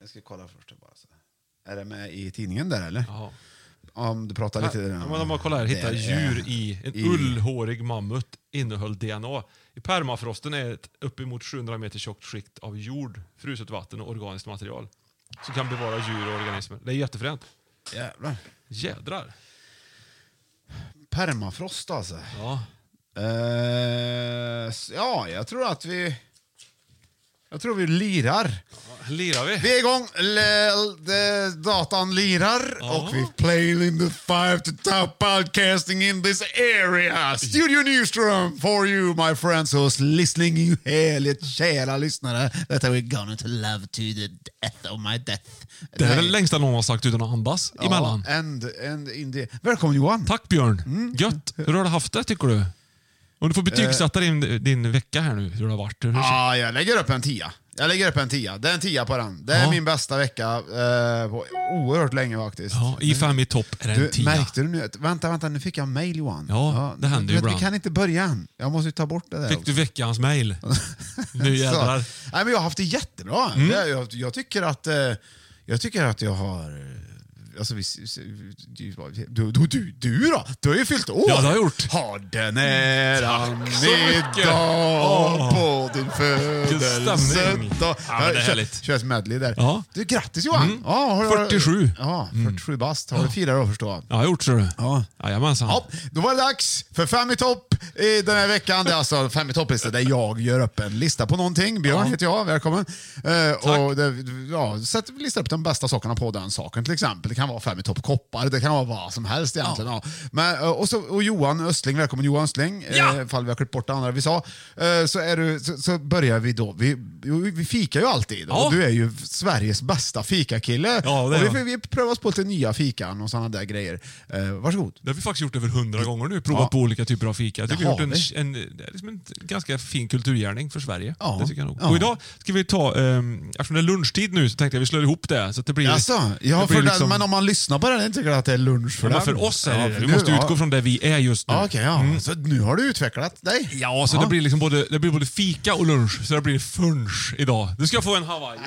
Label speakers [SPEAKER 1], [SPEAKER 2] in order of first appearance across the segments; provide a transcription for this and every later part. [SPEAKER 1] Jag ska kolla först. och Bara så. Är det med i tidningen där eller?
[SPEAKER 2] Ja.
[SPEAKER 1] Om du pratar lite...
[SPEAKER 2] Ja, men de har kollat här, hitta
[SPEAKER 1] Det är-
[SPEAKER 2] djur i. En
[SPEAKER 1] i-
[SPEAKER 2] ullhårig mammut innehöll DNA. I permafrosten är ett uppemot 700 meter tjockt skikt av jord, fruset vatten och organiskt material som kan bevara djur och organismer. Det är jättefränt.
[SPEAKER 1] Jävlar.
[SPEAKER 2] Jädrar.
[SPEAKER 1] Permafrost alltså.
[SPEAKER 2] Ja.
[SPEAKER 1] Eh, s- ja, jag tror att vi... Jag tror vi lirar.
[SPEAKER 2] Lirar vi?
[SPEAKER 1] Vi är igång, L- de- datan lirar och vi play in the five to top podcasting in this area. Studio Newsroom for you my friends who's listening you härligt kära lyssnare. That we're gonna to love to the death of my death.
[SPEAKER 2] Det här är det längsta någon har sagt utan att andas emellan.
[SPEAKER 1] Ja, and, and in the... Välkommen Johan.
[SPEAKER 2] Tack Björn.
[SPEAKER 1] Mm.
[SPEAKER 2] Gött. Hur har du haft det tycker du? Om du får betygsätta
[SPEAKER 1] Eh.
[SPEAKER 2] din, din vecka här nu, hur det har varit. Hur
[SPEAKER 1] Ja, jag lägger upp en tia. Jag lägger upp en tia. Det är en tia på den. Det är
[SPEAKER 2] Ja.
[SPEAKER 1] min bästa vecka eh, på oerhört länge faktiskt.
[SPEAKER 2] Ja, I fem i topp är det en
[SPEAKER 1] Du,
[SPEAKER 2] tia.
[SPEAKER 1] märkte du nu? att- Vänta, vänta, nu fick jag mail Johan.
[SPEAKER 2] Ja, det händer ju
[SPEAKER 1] du vet,
[SPEAKER 2] ibland.
[SPEAKER 1] Vi kan inte börja än. Jag måste ju ta bort det där
[SPEAKER 2] Fick du veckans mail? Nu
[SPEAKER 1] också.
[SPEAKER 2] jädrar.
[SPEAKER 1] Ehm. Så, nej, men jag har haft det jättebra.
[SPEAKER 2] Mm.
[SPEAKER 1] Jag, jag, jag, tycker att, eh, jag tycker att jag har... eh, Alltså, vi, s- du, du, du, du då? Du har ju fyllt år!
[SPEAKER 2] Ja, det har jag gjort.
[SPEAKER 1] Ha den äran
[SPEAKER 2] så mycket.
[SPEAKER 1] idag
[SPEAKER 2] Åh.
[SPEAKER 1] på din födelsedag.
[SPEAKER 2] stämning. Ja, men det är härligt.
[SPEAKER 1] Kör ett medley där.
[SPEAKER 2] Ja.
[SPEAKER 1] Du, grattis Johan!
[SPEAKER 2] Mm.
[SPEAKER 1] Ja, har du-
[SPEAKER 2] 47.
[SPEAKER 1] Ja, 47 bast. Har du firat då förstår jag.
[SPEAKER 2] Ja, jag har gjort så du.
[SPEAKER 1] Ja.
[SPEAKER 2] Jajamensan.
[SPEAKER 1] Ja, då var det dags för Fem i topp i den här veckan. Det är alltså Fem i topp-lista där jag gör upp en lista på någonting. Björn
[SPEAKER 2] Ja.
[SPEAKER 1] heter jag, välkommen. Eh, och det, ja, sätt, listar upp de bästa sakerna på den saken till exempel. Det kan vara Fem i topp-koppar, det kan vara vad som helst egentligen. Ja. Men, eh, och, så, och Johan Östling, välkommen Johan Östling.
[SPEAKER 2] Ja!
[SPEAKER 1] Eh, ifall vi har klippt bort det andra vi sa. Eh, så, är du, så, så börjar vi då. Vi, jo, vi fikar ju alltid.
[SPEAKER 2] Ja.
[SPEAKER 1] Och du är ju Sveriges bästa fikakille.
[SPEAKER 2] Ja, det är
[SPEAKER 1] och vi,
[SPEAKER 2] jag.
[SPEAKER 1] vi, vi prövar oss på lite nya fikan och sådana där grejer. Eh, varsågod.
[SPEAKER 2] Det har vi faktiskt gjort över hundra gånger nu, provat
[SPEAKER 1] Ja.
[SPEAKER 2] på olika typer av fika. Jag tycker vi
[SPEAKER 1] Det
[SPEAKER 2] har gjort
[SPEAKER 1] har
[SPEAKER 2] en, en, det är liksom en ganska fin kulturgärning för Sverige.
[SPEAKER 1] Ja.
[SPEAKER 2] Det tycker jag nog.
[SPEAKER 1] Ja.
[SPEAKER 2] Och idag ska vi ta, ehm, eftersom det är lunchtid nu, så tänkte jag vi slår ihop det. Så att det blir,
[SPEAKER 1] Jaså? Ja,
[SPEAKER 2] det
[SPEAKER 1] för
[SPEAKER 2] blir
[SPEAKER 1] den,
[SPEAKER 2] liksom-
[SPEAKER 1] men om man lyssnar på den tycker att det är lunch för
[SPEAKER 2] Ja, men
[SPEAKER 1] den.
[SPEAKER 2] för oss är det det.
[SPEAKER 1] för
[SPEAKER 2] Vi
[SPEAKER 1] nu,
[SPEAKER 2] måste
[SPEAKER 1] ja.
[SPEAKER 2] utgå från där vi är just nu.
[SPEAKER 1] Ja, okej, ja. Så nu har du utvecklat dig.
[SPEAKER 2] Ja, så Det, blir liksom både, det blir både fika och lunch, så det blir funch idag. Du ska få en hawaii.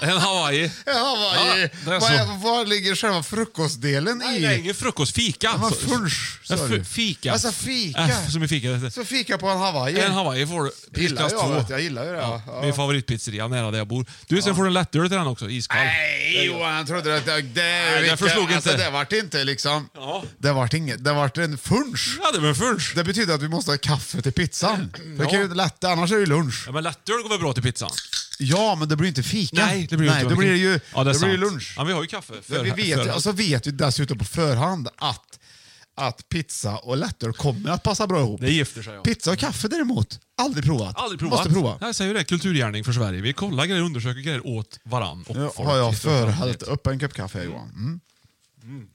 [SPEAKER 2] en hawaii.
[SPEAKER 1] Ja, vad,
[SPEAKER 2] Ja, det är
[SPEAKER 1] vad,
[SPEAKER 2] så.
[SPEAKER 1] är- vad ligger själva frukostdelen
[SPEAKER 2] Nej,
[SPEAKER 1] i?
[SPEAKER 2] det är ingen frukost. Fika.
[SPEAKER 1] Ja, men
[SPEAKER 2] Så-
[SPEAKER 1] funch,
[SPEAKER 2] Ja,
[SPEAKER 1] sa
[SPEAKER 2] fu-
[SPEAKER 1] du.
[SPEAKER 2] Fika.
[SPEAKER 1] Alltså, fika.
[SPEAKER 2] F som i fika.
[SPEAKER 1] Så fika på en hawaii.
[SPEAKER 2] En hawaii får du.
[SPEAKER 1] Gillar
[SPEAKER 2] Prisklass
[SPEAKER 1] jag, vet
[SPEAKER 2] två.
[SPEAKER 1] du, jag gillar ju det, ja. Ja.
[SPEAKER 2] Min favoritpizzeria nära där jag bor. Du, sen får du en lättöl till den också. Iskall.
[SPEAKER 1] Nej Johan, jag trodde att det... det
[SPEAKER 2] jag
[SPEAKER 1] vilka-
[SPEAKER 2] förstod
[SPEAKER 1] alltså,
[SPEAKER 2] inte.
[SPEAKER 1] Det vart inte liksom...
[SPEAKER 2] Ja.
[SPEAKER 1] Det vart inget. Det vart en funch.
[SPEAKER 2] Ja, det var en funch.
[SPEAKER 1] Det betyder att vi måste ha kaffe till pizzan. Det kan
[SPEAKER 2] Ja.
[SPEAKER 1] ju inte lätta, annars är det ju lunch.
[SPEAKER 2] Ja, men lättöl går väl bra till pizzan?
[SPEAKER 1] Ja, men det blir inte fika.
[SPEAKER 2] Nej, det blir
[SPEAKER 1] Nej,
[SPEAKER 2] inte.
[SPEAKER 1] Då blir det ju,
[SPEAKER 2] ja, det är
[SPEAKER 1] då blir det
[SPEAKER 2] sant.
[SPEAKER 1] lunch.
[SPEAKER 2] Ja, vi har ju kaffe. För,
[SPEAKER 1] alltså, vi vet,
[SPEAKER 2] för,
[SPEAKER 1] alltså vet ju dessutom på förhand att att pizza och lättöl kommer att passa bra ihop.
[SPEAKER 2] Det gifter sig, ja. Mm.
[SPEAKER 1] Pizza och kaffe däremot, aldrig provat.
[SPEAKER 2] Aldrig provat.
[SPEAKER 1] Måste prova.
[SPEAKER 2] Jag säger ju det, kulturgärning för Sverige. Vi kollar grejer, undersöker grejer åt varann och
[SPEAKER 1] Nu
[SPEAKER 2] folk
[SPEAKER 1] har
[SPEAKER 2] i
[SPEAKER 1] jag
[SPEAKER 2] största allmänhet.
[SPEAKER 1] förhällt upp en kopp kaffe, Johan. Mm.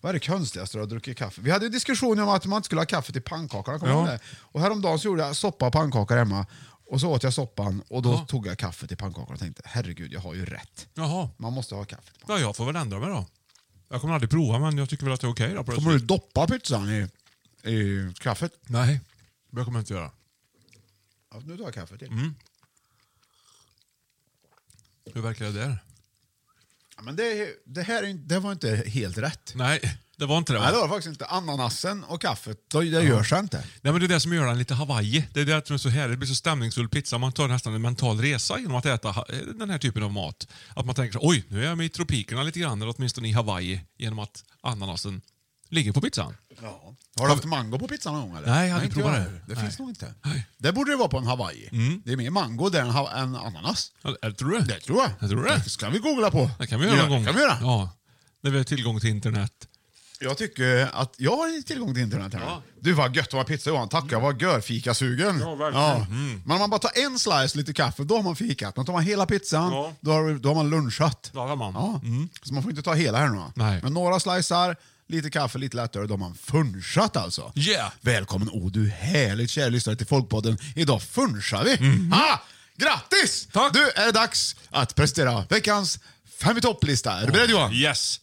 [SPEAKER 1] Vad är det konstigaste du har druckit kaffe? Vi hade ju diskussioner om att man inte skulle ha kaffe till pannkakorna. Kommer
[SPEAKER 2] Ja.
[SPEAKER 1] du ihåg det? Och häromdagen så gjorde jag soppa och pannkakor hemma. Och så åt jag soppan och då tog jag kaffe till pannkakorna och tänkte herregud, jag har ju rätt.
[SPEAKER 2] Jaha.
[SPEAKER 1] Man måste ha kaffe. Till
[SPEAKER 2] Ja, jag får väl ändra mig då. Jag kommer aldrig prova, men jag tycker väl att det är okej då. På det
[SPEAKER 1] Kommer du
[SPEAKER 2] sättet.
[SPEAKER 1] doppa pizzan i, i kaffet?
[SPEAKER 2] Nej, det kommer jag inte göra.
[SPEAKER 1] Ja, nu tar jag kaffe till.
[SPEAKER 2] Mm. Hur verkar det där?
[SPEAKER 1] Ja, men det, det här är inte- det var inte helt rätt.
[SPEAKER 2] Nej, det var inte det. va?
[SPEAKER 1] Nej, det var det faktiskt inte. Ananasen och kaffet, det, det gör sig inte.
[SPEAKER 2] Nej, men det är det som gör den lite Hawaii. Det är det jag tror är så härligt. Det blir så stämningsfull pizza. Man tar nästan en mental resa genom att äta ha- den här typen av mat. Att man tänker så, oj, nu är jag med i tropikerna lite grann, eller åtminstone i Hawaii, genom att ananasen ligger på pizzan.
[SPEAKER 1] Ja. Har du haft mango på pizzan någon gång? Eller?
[SPEAKER 2] Nej, jag hade inte
[SPEAKER 1] inte
[SPEAKER 2] provat
[SPEAKER 1] jag.
[SPEAKER 2] det.
[SPEAKER 1] Det
[SPEAKER 2] Nej.
[SPEAKER 1] finns nog inte.
[SPEAKER 2] Nej. Mm.
[SPEAKER 1] Det borde det vara på en Hawaii. Det är mer mango där än, ha- än ananas.
[SPEAKER 2] Eller, eller tror du det?
[SPEAKER 1] Det tror jag.
[SPEAKER 2] Jag tror det.
[SPEAKER 1] ska vi googla på.
[SPEAKER 2] Det kan vi göra
[SPEAKER 1] ja,
[SPEAKER 2] någon gång.
[SPEAKER 1] det Kan vi göra.
[SPEAKER 2] Ja, när vi har tillgång till internet.
[SPEAKER 1] Jag tycker att jag har tillgång till internet här.
[SPEAKER 2] Ja.
[SPEAKER 1] Du, vad gött att ha pizza Johan. Tackar, vad gör fikasugen.
[SPEAKER 2] Ja, verkligen. Mm.
[SPEAKER 1] Men om man bara tar en slice lite kaffe, då har man fikat. Men tar man hela pizzan,
[SPEAKER 2] Ja.
[SPEAKER 1] då, har, då har man lunchat.
[SPEAKER 2] Ja, det har man.
[SPEAKER 1] Ja. Så man får inte ta hela här nu. va?
[SPEAKER 2] Mm. Nej.
[SPEAKER 1] Men några slicear, lite kaffe, lite lättöl, då har man funchat alltså.
[SPEAKER 2] Yeah.
[SPEAKER 1] Välkommen, oh du härligt kära lyssnare till Folkpodden. Idag funchar vi. Ha! Grattis!
[SPEAKER 2] Mhm. Tack.
[SPEAKER 1] Du, är det dags att presentera veckans fem i topplista. Är du beredd Johan?
[SPEAKER 2] Yes.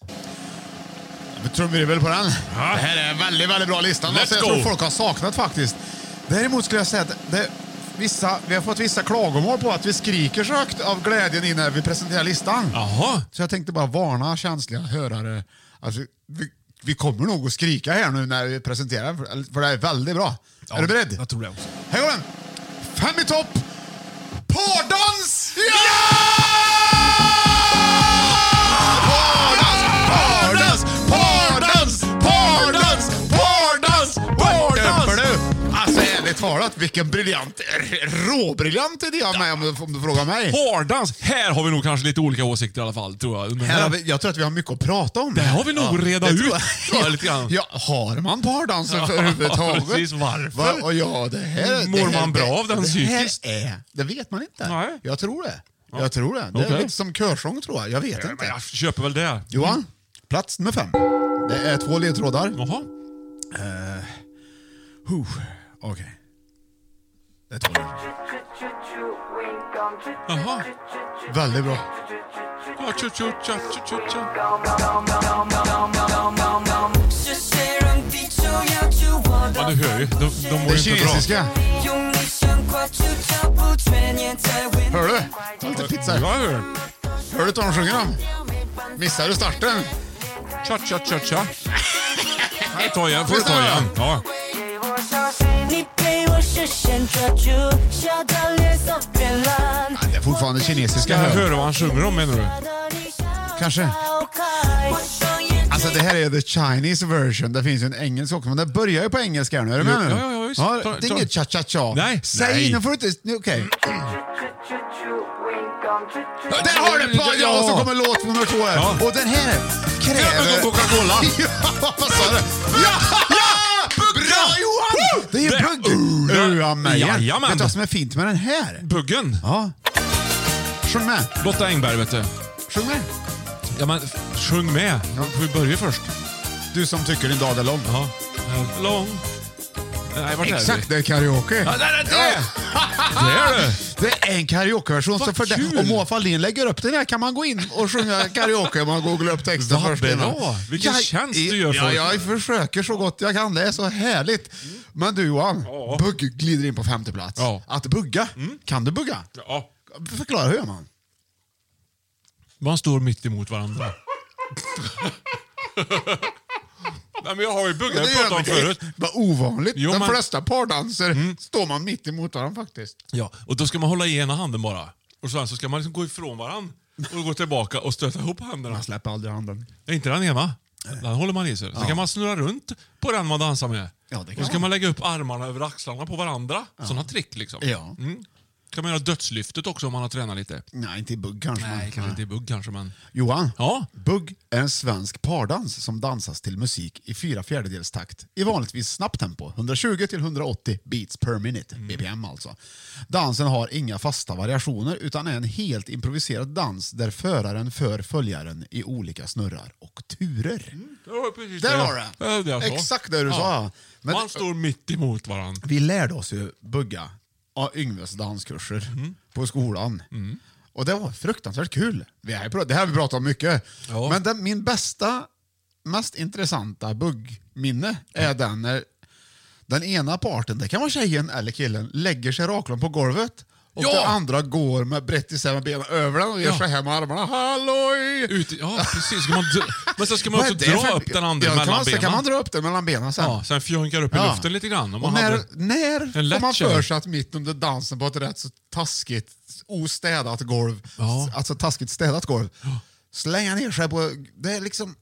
[SPEAKER 1] Trumvirvel på den. Det här är en väldigt, väldigt bra lista. Något
[SPEAKER 2] Let's
[SPEAKER 1] jag tror
[SPEAKER 2] go.
[SPEAKER 1] folk har saknat faktiskt. Däremot skulle jag säga att det, vissa, vi har fått vissa klagomål på att vi skriker så högt av glädjen innan vi presenterar listan.
[SPEAKER 2] Jaha.
[SPEAKER 1] Så jag tänkte bara varna känsliga hörare. Alltså, vi, vi kommer nog att skrika här nu när vi presenterar den, för, för det är väldigt bra. är du beredd?
[SPEAKER 2] Jag tror det också.
[SPEAKER 1] Här går den! Fem i topp! Pardans! Ja! Pardans, pardans, pardans, pardans, pardans, pardans! Alltså ärligt talat, vilken briljant, råbriljant idé av mig om du, om du frågar mig.
[SPEAKER 2] Hårdans! Här har vi nog kanske lite olika åsikter i alla fall, tror jag. Under den
[SPEAKER 1] Här har vi, jag tror att vi har mycket att prata om.
[SPEAKER 2] Det har vi nog att reda
[SPEAKER 1] det
[SPEAKER 2] ut, tror jag, lite grann.
[SPEAKER 1] Ja, har man pardansen för överhuvudtaget?
[SPEAKER 2] precis, varför? Mm,
[SPEAKER 1] Va, och ja, det här,
[SPEAKER 2] Mår
[SPEAKER 1] det här,
[SPEAKER 2] man bra av den
[SPEAKER 1] det,
[SPEAKER 2] psykiskt?
[SPEAKER 1] Det här är, det vet man inte.
[SPEAKER 2] Nej.
[SPEAKER 1] Jag tror det. Jag tror det. Det är
[SPEAKER 2] Okej.
[SPEAKER 1] lite som körsång tror jag. Jag vet
[SPEAKER 2] Ja,
[SPEAKER 1] inte.
[SPEAKER 2] men jag köper väl det.
[SPEAKER 1] Johan, plats nummer fem. Det är två ledtrådar.
[SPEAKER 2] Jaha.
[SPEAKER 1] Eh, Huh, Okej. Det är två ledtrådar.
[SPEAKER 2] Jaha.
[SPEAKER 1] Väldigt bra.
[SPEAKER 2] Ja, tju, tju, tja, tju, tju, tja. Ja, du hör ju. De, de mår
[SPEAKER 1] Det är
[SPEAKER 2] ju inte bra.
[SPEAKER 1] kinesiska. Hör du? Ta lite pizza.
[SPEAKER 2] Ja, jag hör.
[SPEAKER 1] Hör du inte vad de sjunger om? Missar du starten?
[SPEAKER 2] Tja, tja, tja, tja. Nej, ta igen. Får du ta igen. Ja.
[SPEAKER 3] 你被我深深抓住，笑到脸色变蓝。
[SPEAKER 1] Det är fortfarande kinesiska.
[SPEAKER 2] Ska jag höra vad han sjunger om, menar du?
[SPEAKER 1] Kanske. Alltså det här är the Chinese version. Det finns ju en engelsk också, men det börjar ju på engelska här nu. Är du med
[SPEAKER 2] Ja,
[SPEAKER 1] nu?
[SPEAKER 2] ja, ja, visst. Ta-
[SPEAKER 1] det är
[SPEAKER 2] ta-
[SPEAKER 1] inget cha-cha-cha.
[SPEAKER 2] Nej,
[SPEAKER 1] Säg,
[SPEAKER 2] nej. Mm.
[SPEAKER 1] nu får du inte... nu, Okej. Där har du på, ja, och så kommer låt nummer två här.
[SPEAKER 2] Ja.
[SPEAKER 1] Och den här
[SPEAKER 2] Kräver
[SPEAKER 1] kräver...
[SPEAKER 2] Coca-Cola.
[SPEAKER 1] ja, vad sa du? Ja, ja! Bra Johan! Det är ju
[SPEAKER 2] Det-
[SPEAKER 1] Bugg.
[SPEAKER 2] Uh,
[SPEAKER 1] Ua mig. Vet
[SPEAKER 2] Jajamän.
[SPEAKER 1] du vad som är fint med den här?
[SPEAKER 2] Buggen.
[SPEAKER 1] Ja. Sjung med.
[SPEAKER 2] Lotta Engberg, vet du.
[SPEAKER 1] Sjung med.
[SPEAKER 2] Ja, men f- sjung med. Vi börjar först.
[SPEAKER 1] Du som tycker din dag är lång.
[SPEAKER 2] Ja. Lång. Nej, vart är vi?
[SPEAKER 1] Exakt, det är karaoke.
[SPEAKER 2] Ja, där är det! Där är det!
[SPEAKER 1] Det är en karaokeversion.
[SPEAKER 2] Vad
[SPEAKER 1] Så för
[SPEAKER 2] kul!
[SPEAKER 1] det, om Moa Fahlin lägger upp den här kan man gå in och sjunga karaoke. Man googlar upp texten
[SPEAKER 2] Vad
[SPEAKER 1] först.
[SPEAKER 2] bra!
[SPEAKER 1] innan.
[SPEAKER 2] Vilken tjänst du gör
[SPEAKER 1] ja,
[SPEAKER 2] folk.
[SPEAKER 1] Jag försöker så gott jag kan. Det är så härligt. Men du Johan, Bugg glider in på femte plats.
[SPEAKER 2] Ja. Mm.
[SPEAKER 1] Att bugga. Kan du bugga?
[SPEAKER 2] Ja.
[SPEAKER 1] Förklara, hur gör man?
[SPEAKER 2] Man står mitt emot varandra. Nej, men jag har ju buggar jag pratade om förut.
[SPEAKER 1] Vad ovanligt.
[SPEAKER 2] Jo,
[SPEAKER 1] De
[SPEAKER 2] man- Mm.
[SPEAKER 1] flesta pardanser står man mitt emot varandra faktiskt.
[SPEAKER 2] Ja, och då ska man hålla i ena handen bara. Och sen så ska man liksom gå ifrån varandra och gå tillbaka och stöta ihop händerna.
[SPEAKER 1] Man släpper aldrig handen.
[SPEAKER 2] Nej, Inte den ena. Den håller man i sig. Så kan man snurra runt på den man dansar med.
[SPEAKER 1] Ja, det kan
[SPEAKER 2] och så
[SPEAKER 1] man.
[SPEAKER 2] kan man lägga upp armarna över axlarna på varandra. Sådana trick liksom.
[SPEAKER 1] Ja.
[SPEAKER 2] Mm. Kan man göra dödslyftet också om man har tränat lite?
[SPEAKER 1] Nej, inte i bugg kanske.
[SPEAKER 2] Nej, kanske inte i bugg kanske, men...
[SPEAKER 1] Johan,
[SPEAKER 2] Ja?
[SPEAKER 1] bugg är en svensk pardans som dansas till musik i fyra fjärdedels takt i vanligtvis snabbt tempo, 120-180 beats per minute,
[SPEAKER 2] Mm.
[SPEAKER 1] BPM alltså. Dansen har inga fasta variationer utan är en helt improviserad dans där föraren för följaren i olika snurrar och turer. Där var det!
[SPEAKER 2] Mm. Ja, det jag sa.
[SPEAKER 1] Exakt det du
[SPEAKER 2] Ja.
[SPEAKER 1] sa. Men
[SPEAKER 2] man står mitt emot varandra.
[SPEAKER 1] vi lärde oss ju bugga av Yngves danskurser på skolan. Och det var fruktansvärt kul. Vi har ju pr- Det här har vi pratat om mycket.
[SPEAKER 2] Ja.
[SPEAKER 1] Men den, min bästa, mest intressanta buggminne är den när den ena parten, det kan vara tjejen eller killen, lägger sig raklång på golvet. Och
[SPEAKER 2] Ja!
[SPEAKER 1] den andra går med brett isär med benen över den och gör
[SPEAKER 2] Ja.
[SPEAKER 1] så här med armarna. Halloj!
[SPEAKER 2] Ut, ja, precis. Ska man dra, men sen ska man
[SPEAKER 1] Vad är
[SPEAKER 2] också
[SPEAKER 1] det
[SPEAKER 2] dra
[SPEAKER 1] för-
[SPEAKER 2] upp den andra
[SPEAKER 1] Ja, kan
[SPEAKER 2] mellan
[SPEAKER 1] man,
[SPEAKER 2] benen.
[SPEAKER 1] Sen kan man dra upp den mellan benen sen.
[SPEAKER 2] ja, sen fjonkar upp i luften lite grann. Om
[SPEAKER 1] Och
[SPEAKER 2] man
[SPEAKER 1] när
[SPEAKER 2] hade, En
[SPEAKER 1] när
[SPEAKER 2] lätt
[SPEAKER 1] får man
[SPEAKER 2] kör.
[SPEAKER 1] för sig att mitt under dansen på ett rätt så taskigt ostädat golv,
[SPEAKER 2] Ja.
[SPEAKER 1] s- alltså taskigt städat golv, slänga ner sig på... Det är liksom...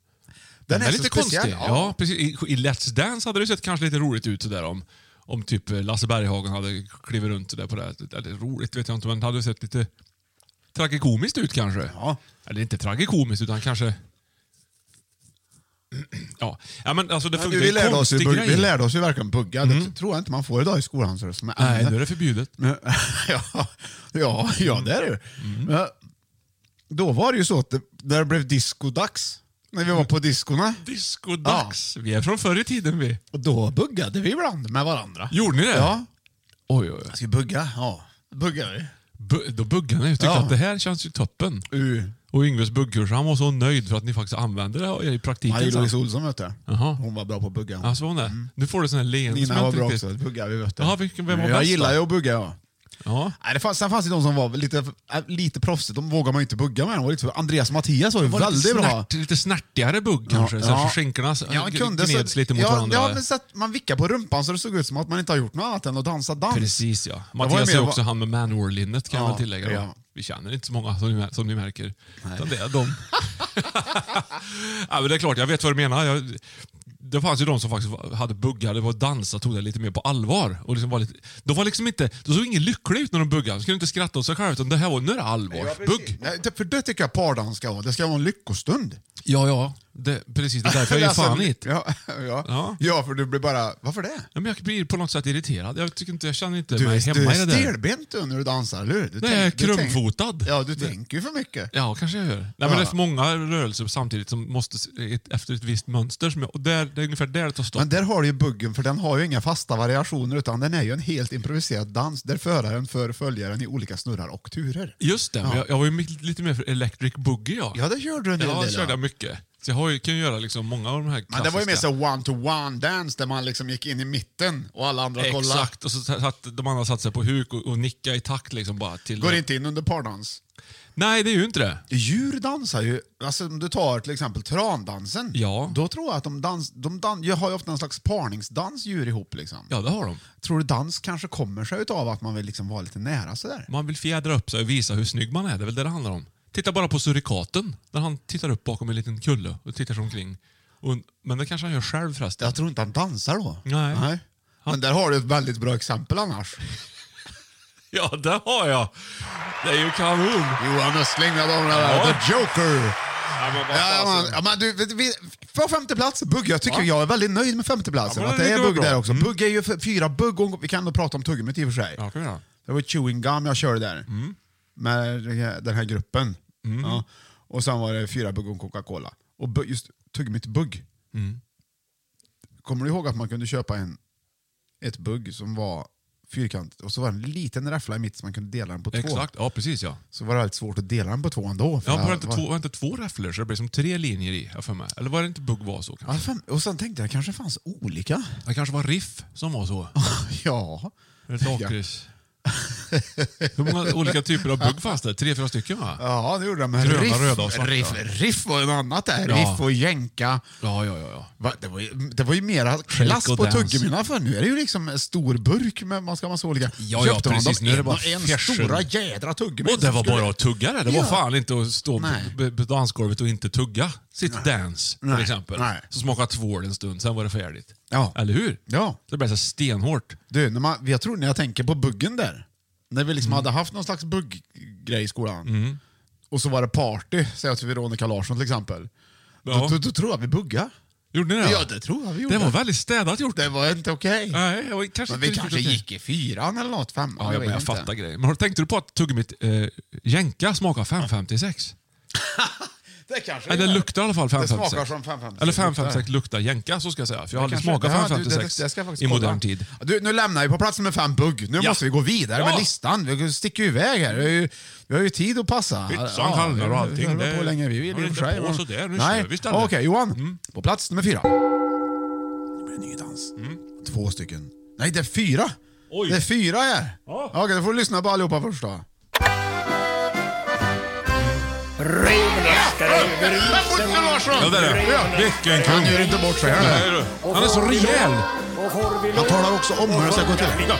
[SPEAKER 1] Den,
[SPEAKER 2] den är,
[SPEAKER 1] är, så
[SPEAKER 2] lite
[SPEAKER 1] speciell.
[SPEAKER 2] konstig. Ja. precis. I, I Let's Dance hade det sett kanske lite roligt ut sådär om, om typ eh, Lasse Berghagen hade klivit runt där på det här. Eller roligt vet jag inte, men det hade sett lite tragikomiskt ut kanske.
[SPEAKER 1] Ja.
[SPEAKER 2] Eller inte tragikomiskt, utan kanske... Ja. ja, men alltså det
[SPEAKER 1] Men
[SPEAKER 2] funkar
[SPEAKER 1] vi, lärde oss ju,
[SPEAKER 2] konstig
[SPEAKER 1] bugg-
[SPEAKER 2] grej. Mm.
[SPEAKER 1] vi lärde oss ju verkligen bugga. Det tror jag inte man får idag i skolan. Så det är som är
[SPEAKER 2] Nej,
[SPEAKER 1] ämne.
[SPEAKER 2] då är det förbjudet.
[SPEAKER 1] Men- ja, ja, ja, det är det ju.
[SPEAKER 2] Mm.
[SPEAKER 1] Men Då var det ju så att det, när det blev discodags, när vi var på diskorna,
[SPEAKER 2] Discodags. Vi är från förr i tiden vi.
[SPEAKER 1] då buggade vi ibland med varandra.
[SPEAKER 2] Gjorde ni det?
[SPEAKER 1] Ja.
[SPEAKER 2] Oj, oj, oj.
[SPEAKER 1] Ska vi bugga? Ja. Buggar vi?
[SPEAKER 2] Bu- då buggade ni. Jag tyckte
[SPEAKER 1] Ja.
[SPEAKER 2] att det här känns ju toppen.
[SPEAKER 1] Uh.
[SPEAKER 2] Och Yngves buggkurs, han var så nöjd för att ni faktiskt använde det i praktiken. sen.
[SPEAKER 1] Marie-Louise Olsson vet du.
[SPEAKER 2] Jaha.
[SPEAKER 1] Hon var bra på att bugga.
[SPEAKER 2] Ja, så var hon det. Nu får du sån här leende
[SPEAKER 1] Mm. Nina
[SPEAKER 2] som jag
[SPEAKER 1] var
[SPEAKER 2] inte
[SPEAKER 1] bra
[SPEAKER 2] riktigt-
[SPEAKER 1] också. Bugga, vi vet du.
[SPEAKER 2] Jaha, vilken- vem var
[SPEAKER 1] jag
[SPEAKER 2] bäst
[SPEAKER 1] gillar
[SPEAKER 2] då?
[SPEAKER 1] ju att bugga ja.
[SPEAKER 2] Ja.
[SPEAKER 1] Nej, det fanns, sen fanns det de som var lite, äh, lite proffsigt, de vågade man ju inte bugga med. De var lite för, Andreas och Mattias var ju
[SPEAKER 2] var
[SPEAKER 1] väldigt
[SPEAKER 2] lite,
[SPEAKER 1] bra.
[SPEAKER 2] snärt, lite snärtigare bugg kanske, så här så skinkorna s-
[SPEAKER 1] Ja, man kunde så-
[SPEAKER 2] gneds lite mot
[SPEAKER 1] ja,
[SPEAKER 2] varandra.
[SPEAKER 1] Ja, men så att man vickade på rumpan så det såg ut som att man inte har gjort något annat än att dansa dans.
[SPEAKER 2] Precis ja.
[SPEAKER 1] var ju
[SPEAKER 2] Mattias
[SPEAKER 1] mer
[SPEAKER 2] är
[SPEAKER 1] va-
[SPEAKER 2] också han med manwar-linnet kan jag
[SPEAKER 1] Ja,
[SPEAKER 2] väl tillägga. Då.
[SPEAKER 1] ja.
[SPEAKER 2] Vi känner inte så många som ni, som ni märker. Utan det är de. ja, men det är klart, jag vet vad du menar. Jag, det fanns ju de som faktiskt var- hade buggar, det var dansa, tog det lite mer på allvar. Och liksom var lite, de, var liksom inte, de såg ingen lycklig ut när de buggade. De skulle inte skratta åt sig själva, utan det här var, nu är det allvar. Bugg.
[SPEAKER 1] Nej, det- för det tycker jag pardans ska vara. Det ska vara en lyckostund.
[SPEAKER 2] Ja, ja. Det, precis, det är därför jag ger
[SPEAKER 1] Alltså,
[SPEAKER 2] fan i det.
[SPEAKER 1] ja, ja.
[SPEAKER 2] Ja.
[SPEAKER 1] ja, för du blir bara... Varför det?
[SPEAKER 2] ja, men Jag blir på något sätt irriterad. Jag, tycker inte, jag känner inte
[SPEAKER 1] Du
[SPEAKER 2] mig
[SPEAKER 1] är,
[SPEAKER 2] hemma
[SPEAKER 1] du
[SPEAKER 2] i det
[SPEAKER 1] är
[SPEAKER 2] där.
[SPEAKER 1] stelbent du, när du dansar, eller hur? Du
[SPEAKER 2] Nej, jag är
[SPEAKER 1] tänk- du tänk-
[SPEAKER 2] krumfotad.
[SPEAKER 1] Ja, du tänker ju för mycket.
[SPEAKER 2] Ja, kanske jag gör. Nej, men Det är för många rörelser samtidigt som måste s- ett, efter ett visst mönster. Som jag, och där, det är ungefär där det tar stopp.
[SPEAKER 1] Men där har du ju buggen, för den har ju inga fasta variationer utan den är ju en helt improviserad dans där föraren för följaren i olika snurrar och turer.
[SPEAKER 2] Just det, men jag, jag var ju mi- lite mer för electric boogie. Ja,
[SPEAKER 1] Ja, det körde du en hel
[SPEAKER 2] ja,
[SPEAKER 1] del.
[SPEAKER 2] körde jag mycket. Så jag har ju, kan ju göra liksom många av de här klassiska.
[SPEAKER 1] Men det var ju mer så one-to-one dans där man liksom gick in i mitten och alla andra kollade.
[SPEAKER 2] Exakt, och så satt, de andra satt sig på huk och, och nickade i takt. Liksom bara till
[SPEAKER 1] Går inte in under pardans.
[SPEAKER 2] Nej, det är ju inte det.
[SPEAKER 1] Djur dansar ju, alltså om du tar till exempel trandansen,
[SPEAKER 2] Ja.
[SPEAKER 1] då tror jag att de dans, de dan, jag har ju ofta en slags parningsdans djur ihop liksom.
[SPEAKER 2] Ja, det har de.
[SPEAKER 1] Tror du dans kanske kommer sig utav att man vill liksom vara lite nära sådär?
[SPEAKER 2] Man vill fjädra upp sig och visa hur snygg man är. Det är väl det det handlar om. Titta bara på surikaten, när han tittar upp bakom en liten kulle och tittar sig omkring. Och, men det kanske han gör själv förresten.
[SPEAKER 1] Jag tror inte han dansar då.
[SPEAKER 2] Nej.
[SPEAKER 1] Men där har du ett väldigt bra exempel annars.
[SPEAKER 2] Ja, det har jag. Det är ju kanon.
[SPEAKER 1] Johan Östling, mina damer och herrar.
[SPEAKER 2] Ja.
[SPEAKER 1] The Joker.
[SPEAKER 2] Ja, alltså. men vad
[SPEAKER 1] Ja, man, ja, men du, vet- vi, på femte plats, bugg. Jag tycker jag är väldigt nöjd med femte platsen.
[SPEAKER 2] Ja, men
[SPEAKER 1] att
[SPEAKER 2] det
[SPEAKER 1] det är
[SPEAKER 2] tycker jag
[SPEAKER 1] bugg
[SPEAKER 2] var bra. Mm.
[SPEAKER 1] där också. Bugg är ju f- fyra bugg. och- Vi kan nog prata om tuggummit i och för sig.
[SPEAKER 2] Ja, kan vi göra.
[SPEAKER 1] Det var chewing gum jag körde där.
[SPEAKER 2] Mm.
[SPEAKER 1] Med den här- den här gruppen. Ja. Och sen var det fyra bugg och Coca-Cola. Och bu- just tuggummit bugg.
[SPEAKER 2] Mm.
[SPEAKER 1] Kommer du ihåg att man kunde köpa en, ett bugg som var fyrkant och så var det en liten räffla i mitten så man kunde dela den på två.
[SPEAKER 2] Exakt, ja precis ja.
[SPEAKER 1] Så var det väldigt svårt att dela den på två ändå. för
[SPEAKER 2] Ja, var det
[SPEAKER 1] jag-
[SPEAKER 2] inte
[SPEAKER 1] var-
[SPEAKER 2] två, var det inte två räfflor så det blev som tre linjer i? Jag för mig. Eller var det inte bugg var så?
[SPEAKER 1] Ja,
[SPEAKER 2] Kanske?
[SPEAKER 1] fem- Och sen tänkte jag kanske fanns olika.
[SPEAKER 2] Det kanske var riff som var så.
[SPEAKER 1] Ja.
[SPEAKER 2] Eller lakrits. Hur många olika typer av bugg fanns det? Tre, fyra stycken va?
[SPEAKER 1] Ja, det gjorde de. Men
[SPEAKER 2] Gröna,
[SPEAKER 1] riff,
[SPEAKER 2] röda och svarta.
[SPEAKER 1] riff, riff var ju något annat där.
[SPEAKER 2] Ja.
[SPEAKER 1] Riff och jänka.
[SPEAKER 2] Ja, ja, ja. ja.
[SPEAKER 1] Va? Det, var ju, det var ju mera klass
[SPEAKER 2] och
[SPEAKER 1] på
[SPEAKER 2] dance.
[SPEAKER 1] tuggummina för nu är det ju liksom en stor burk med man ska ha massa olika.
[SPEAKER 2] Ja, ja,
[SPEAKER 1] Köpte man
[SPEAKER 2] precis.
[SPEAKER 1] dem
[SPEAKER 2] Nu är det
[SPEAKER 1] en
[SPEAKER 2] bara
[SPEAKER 1] och en
[SPEAKER 2] fashion.
[SPEAKER 1] stora jädra tuggummin.
[SPEAKER 2] Och det
[SPEAKER 1] som
[SPEAKER 2] var
[SPEAKER 1] skulle-
[SPEAKER 2] bara att tugga det. Det var
[SPEAKER 1] Ja.
[SPEAKER 2] fan inte att stå på-
[SPEAKER 1] Nej.
[SPEAKER 2] på- på dansgolvet och inte tugga sitt dance till
[SPEAKER 1] Nej.
[SPEAKER 2] exempel.
[SPEAKER 1] Nej.
[SPEAKER 2] Så smakade tvål en stund, sen var det färdigt.
[SPEAKER 1] Ja.
[SPEAKER 2] Eller hur?
[SPEAKER 1] Ja.
[SPEAKER 2] Det blev så stenhårt.
[SPEAKER 1] Du, när man, jag tror när jag tänker på buggen där, När vi
[SPEAKER 2] Mm.
[SPEAKER 1] liksom hade haft någon slags bugggrej i skolan. Och så var det party, säg att vi Veronica Larsson till exempel.
[SPEAKER 2] Ja.
[SPEAKER 1] Då, då, då tror jag vi buggade.
[SPEAKER 2] Gjorde ni det?
[SPEAKER 1] Ja, det tror jag vi gjorde.
[SPEAKER 2] Det var väldigt städat gjort.
[SPEAKER 1] Det var inte okej.
[SPEAKER 2] Nej, det var kanske
[SPEAKER 1] Men vi
[SPEAKER 2] inte riktigt
[SPEAKER 1] kanske
[SPEAKER 2] okej.
[SPEAKER 1] gick i fyran eller något, femman.
[SPEAKER 2] Ja,
[SPEAKER 1] vet
[SPEAKER 2] jag, men jag
[SPEAKER 1] inte.
[SPEAKER 2] fattar grejen. Men har- tänkte du på att tuggummit eh, jänka smakar 556?
[SPEAKER 1] Det kanske
[SPEAKER 2] Eller
[SPEAKER 1] gör.
[SPEAKER 2] luktar i alla fall
[SPEAKER 1] Det
[SPEAKER 2] 556.
[SPEAKER 1] smakar som 556.
[SPEAKER 2] Eller 556 luktar jänka, så ska jag säga. För jag har aldrig
[SPEAKER 1] Kanske-
[SPEAKER 2] smakat
[SPEAKER 1] Ja, du,
[SPEAKER 2] 556
[SPEAKER 1] det- det ska jag faktiskt
[SPEAKER 2] i modern
[SPEAKER 1] kolla.
[SPEAKER 2] tid.
[SPEAKER 1] Du, nu lämnar vi på plats nummer fem bugg. Nu
[SPEAKER 2] Ja.
[SPEAKER 1] måste vi gå vidare
[SPEAKER 2] Ja.
[SPEAKER 1] med listan. Vi sticker ju iväg här. Vi har ju, vi har ju tid att passa.
[SPEAKER 2] Pyttsan, hallon och allting.
[SPEAKER 1] Vi håller på
[SPEAKER 2] Det-
[SPEAKER 1] hur länge vi vill
[SPEAKER 2] håll
[SPEAKER 1] i och
[SPEAKER 2] inte
[SPEAKER 1] för sig.
[SPEAKER 2] på sådär. Nu
[SPEAKER 1] Nej.
[SPEAKER 2] kör vi istället. Mm.
[SPEAKER 1] Okej, Johan. På plats nummer fyra. Det blir en ny dans. Två stycken. Nej, det är fyra.
[SPEAKER 2] Mm. Oj.
[SPEAKER 1] Det är fyra här. Okej, då får du lyssna på allihopa först då. Ring
[SPEAKER 2] Ja, där är det. Vilken
[SPEAKER 1] Han gör
[SPEAKER 2] kung.
[SPEAKER 1] inte bort sig här.
[SPEAKER 2] Nej, du. Han är så rejäl.
[SPEAKER 1] Jag talar också om hur det ska gå till.
[SPEAKER 2] Ja.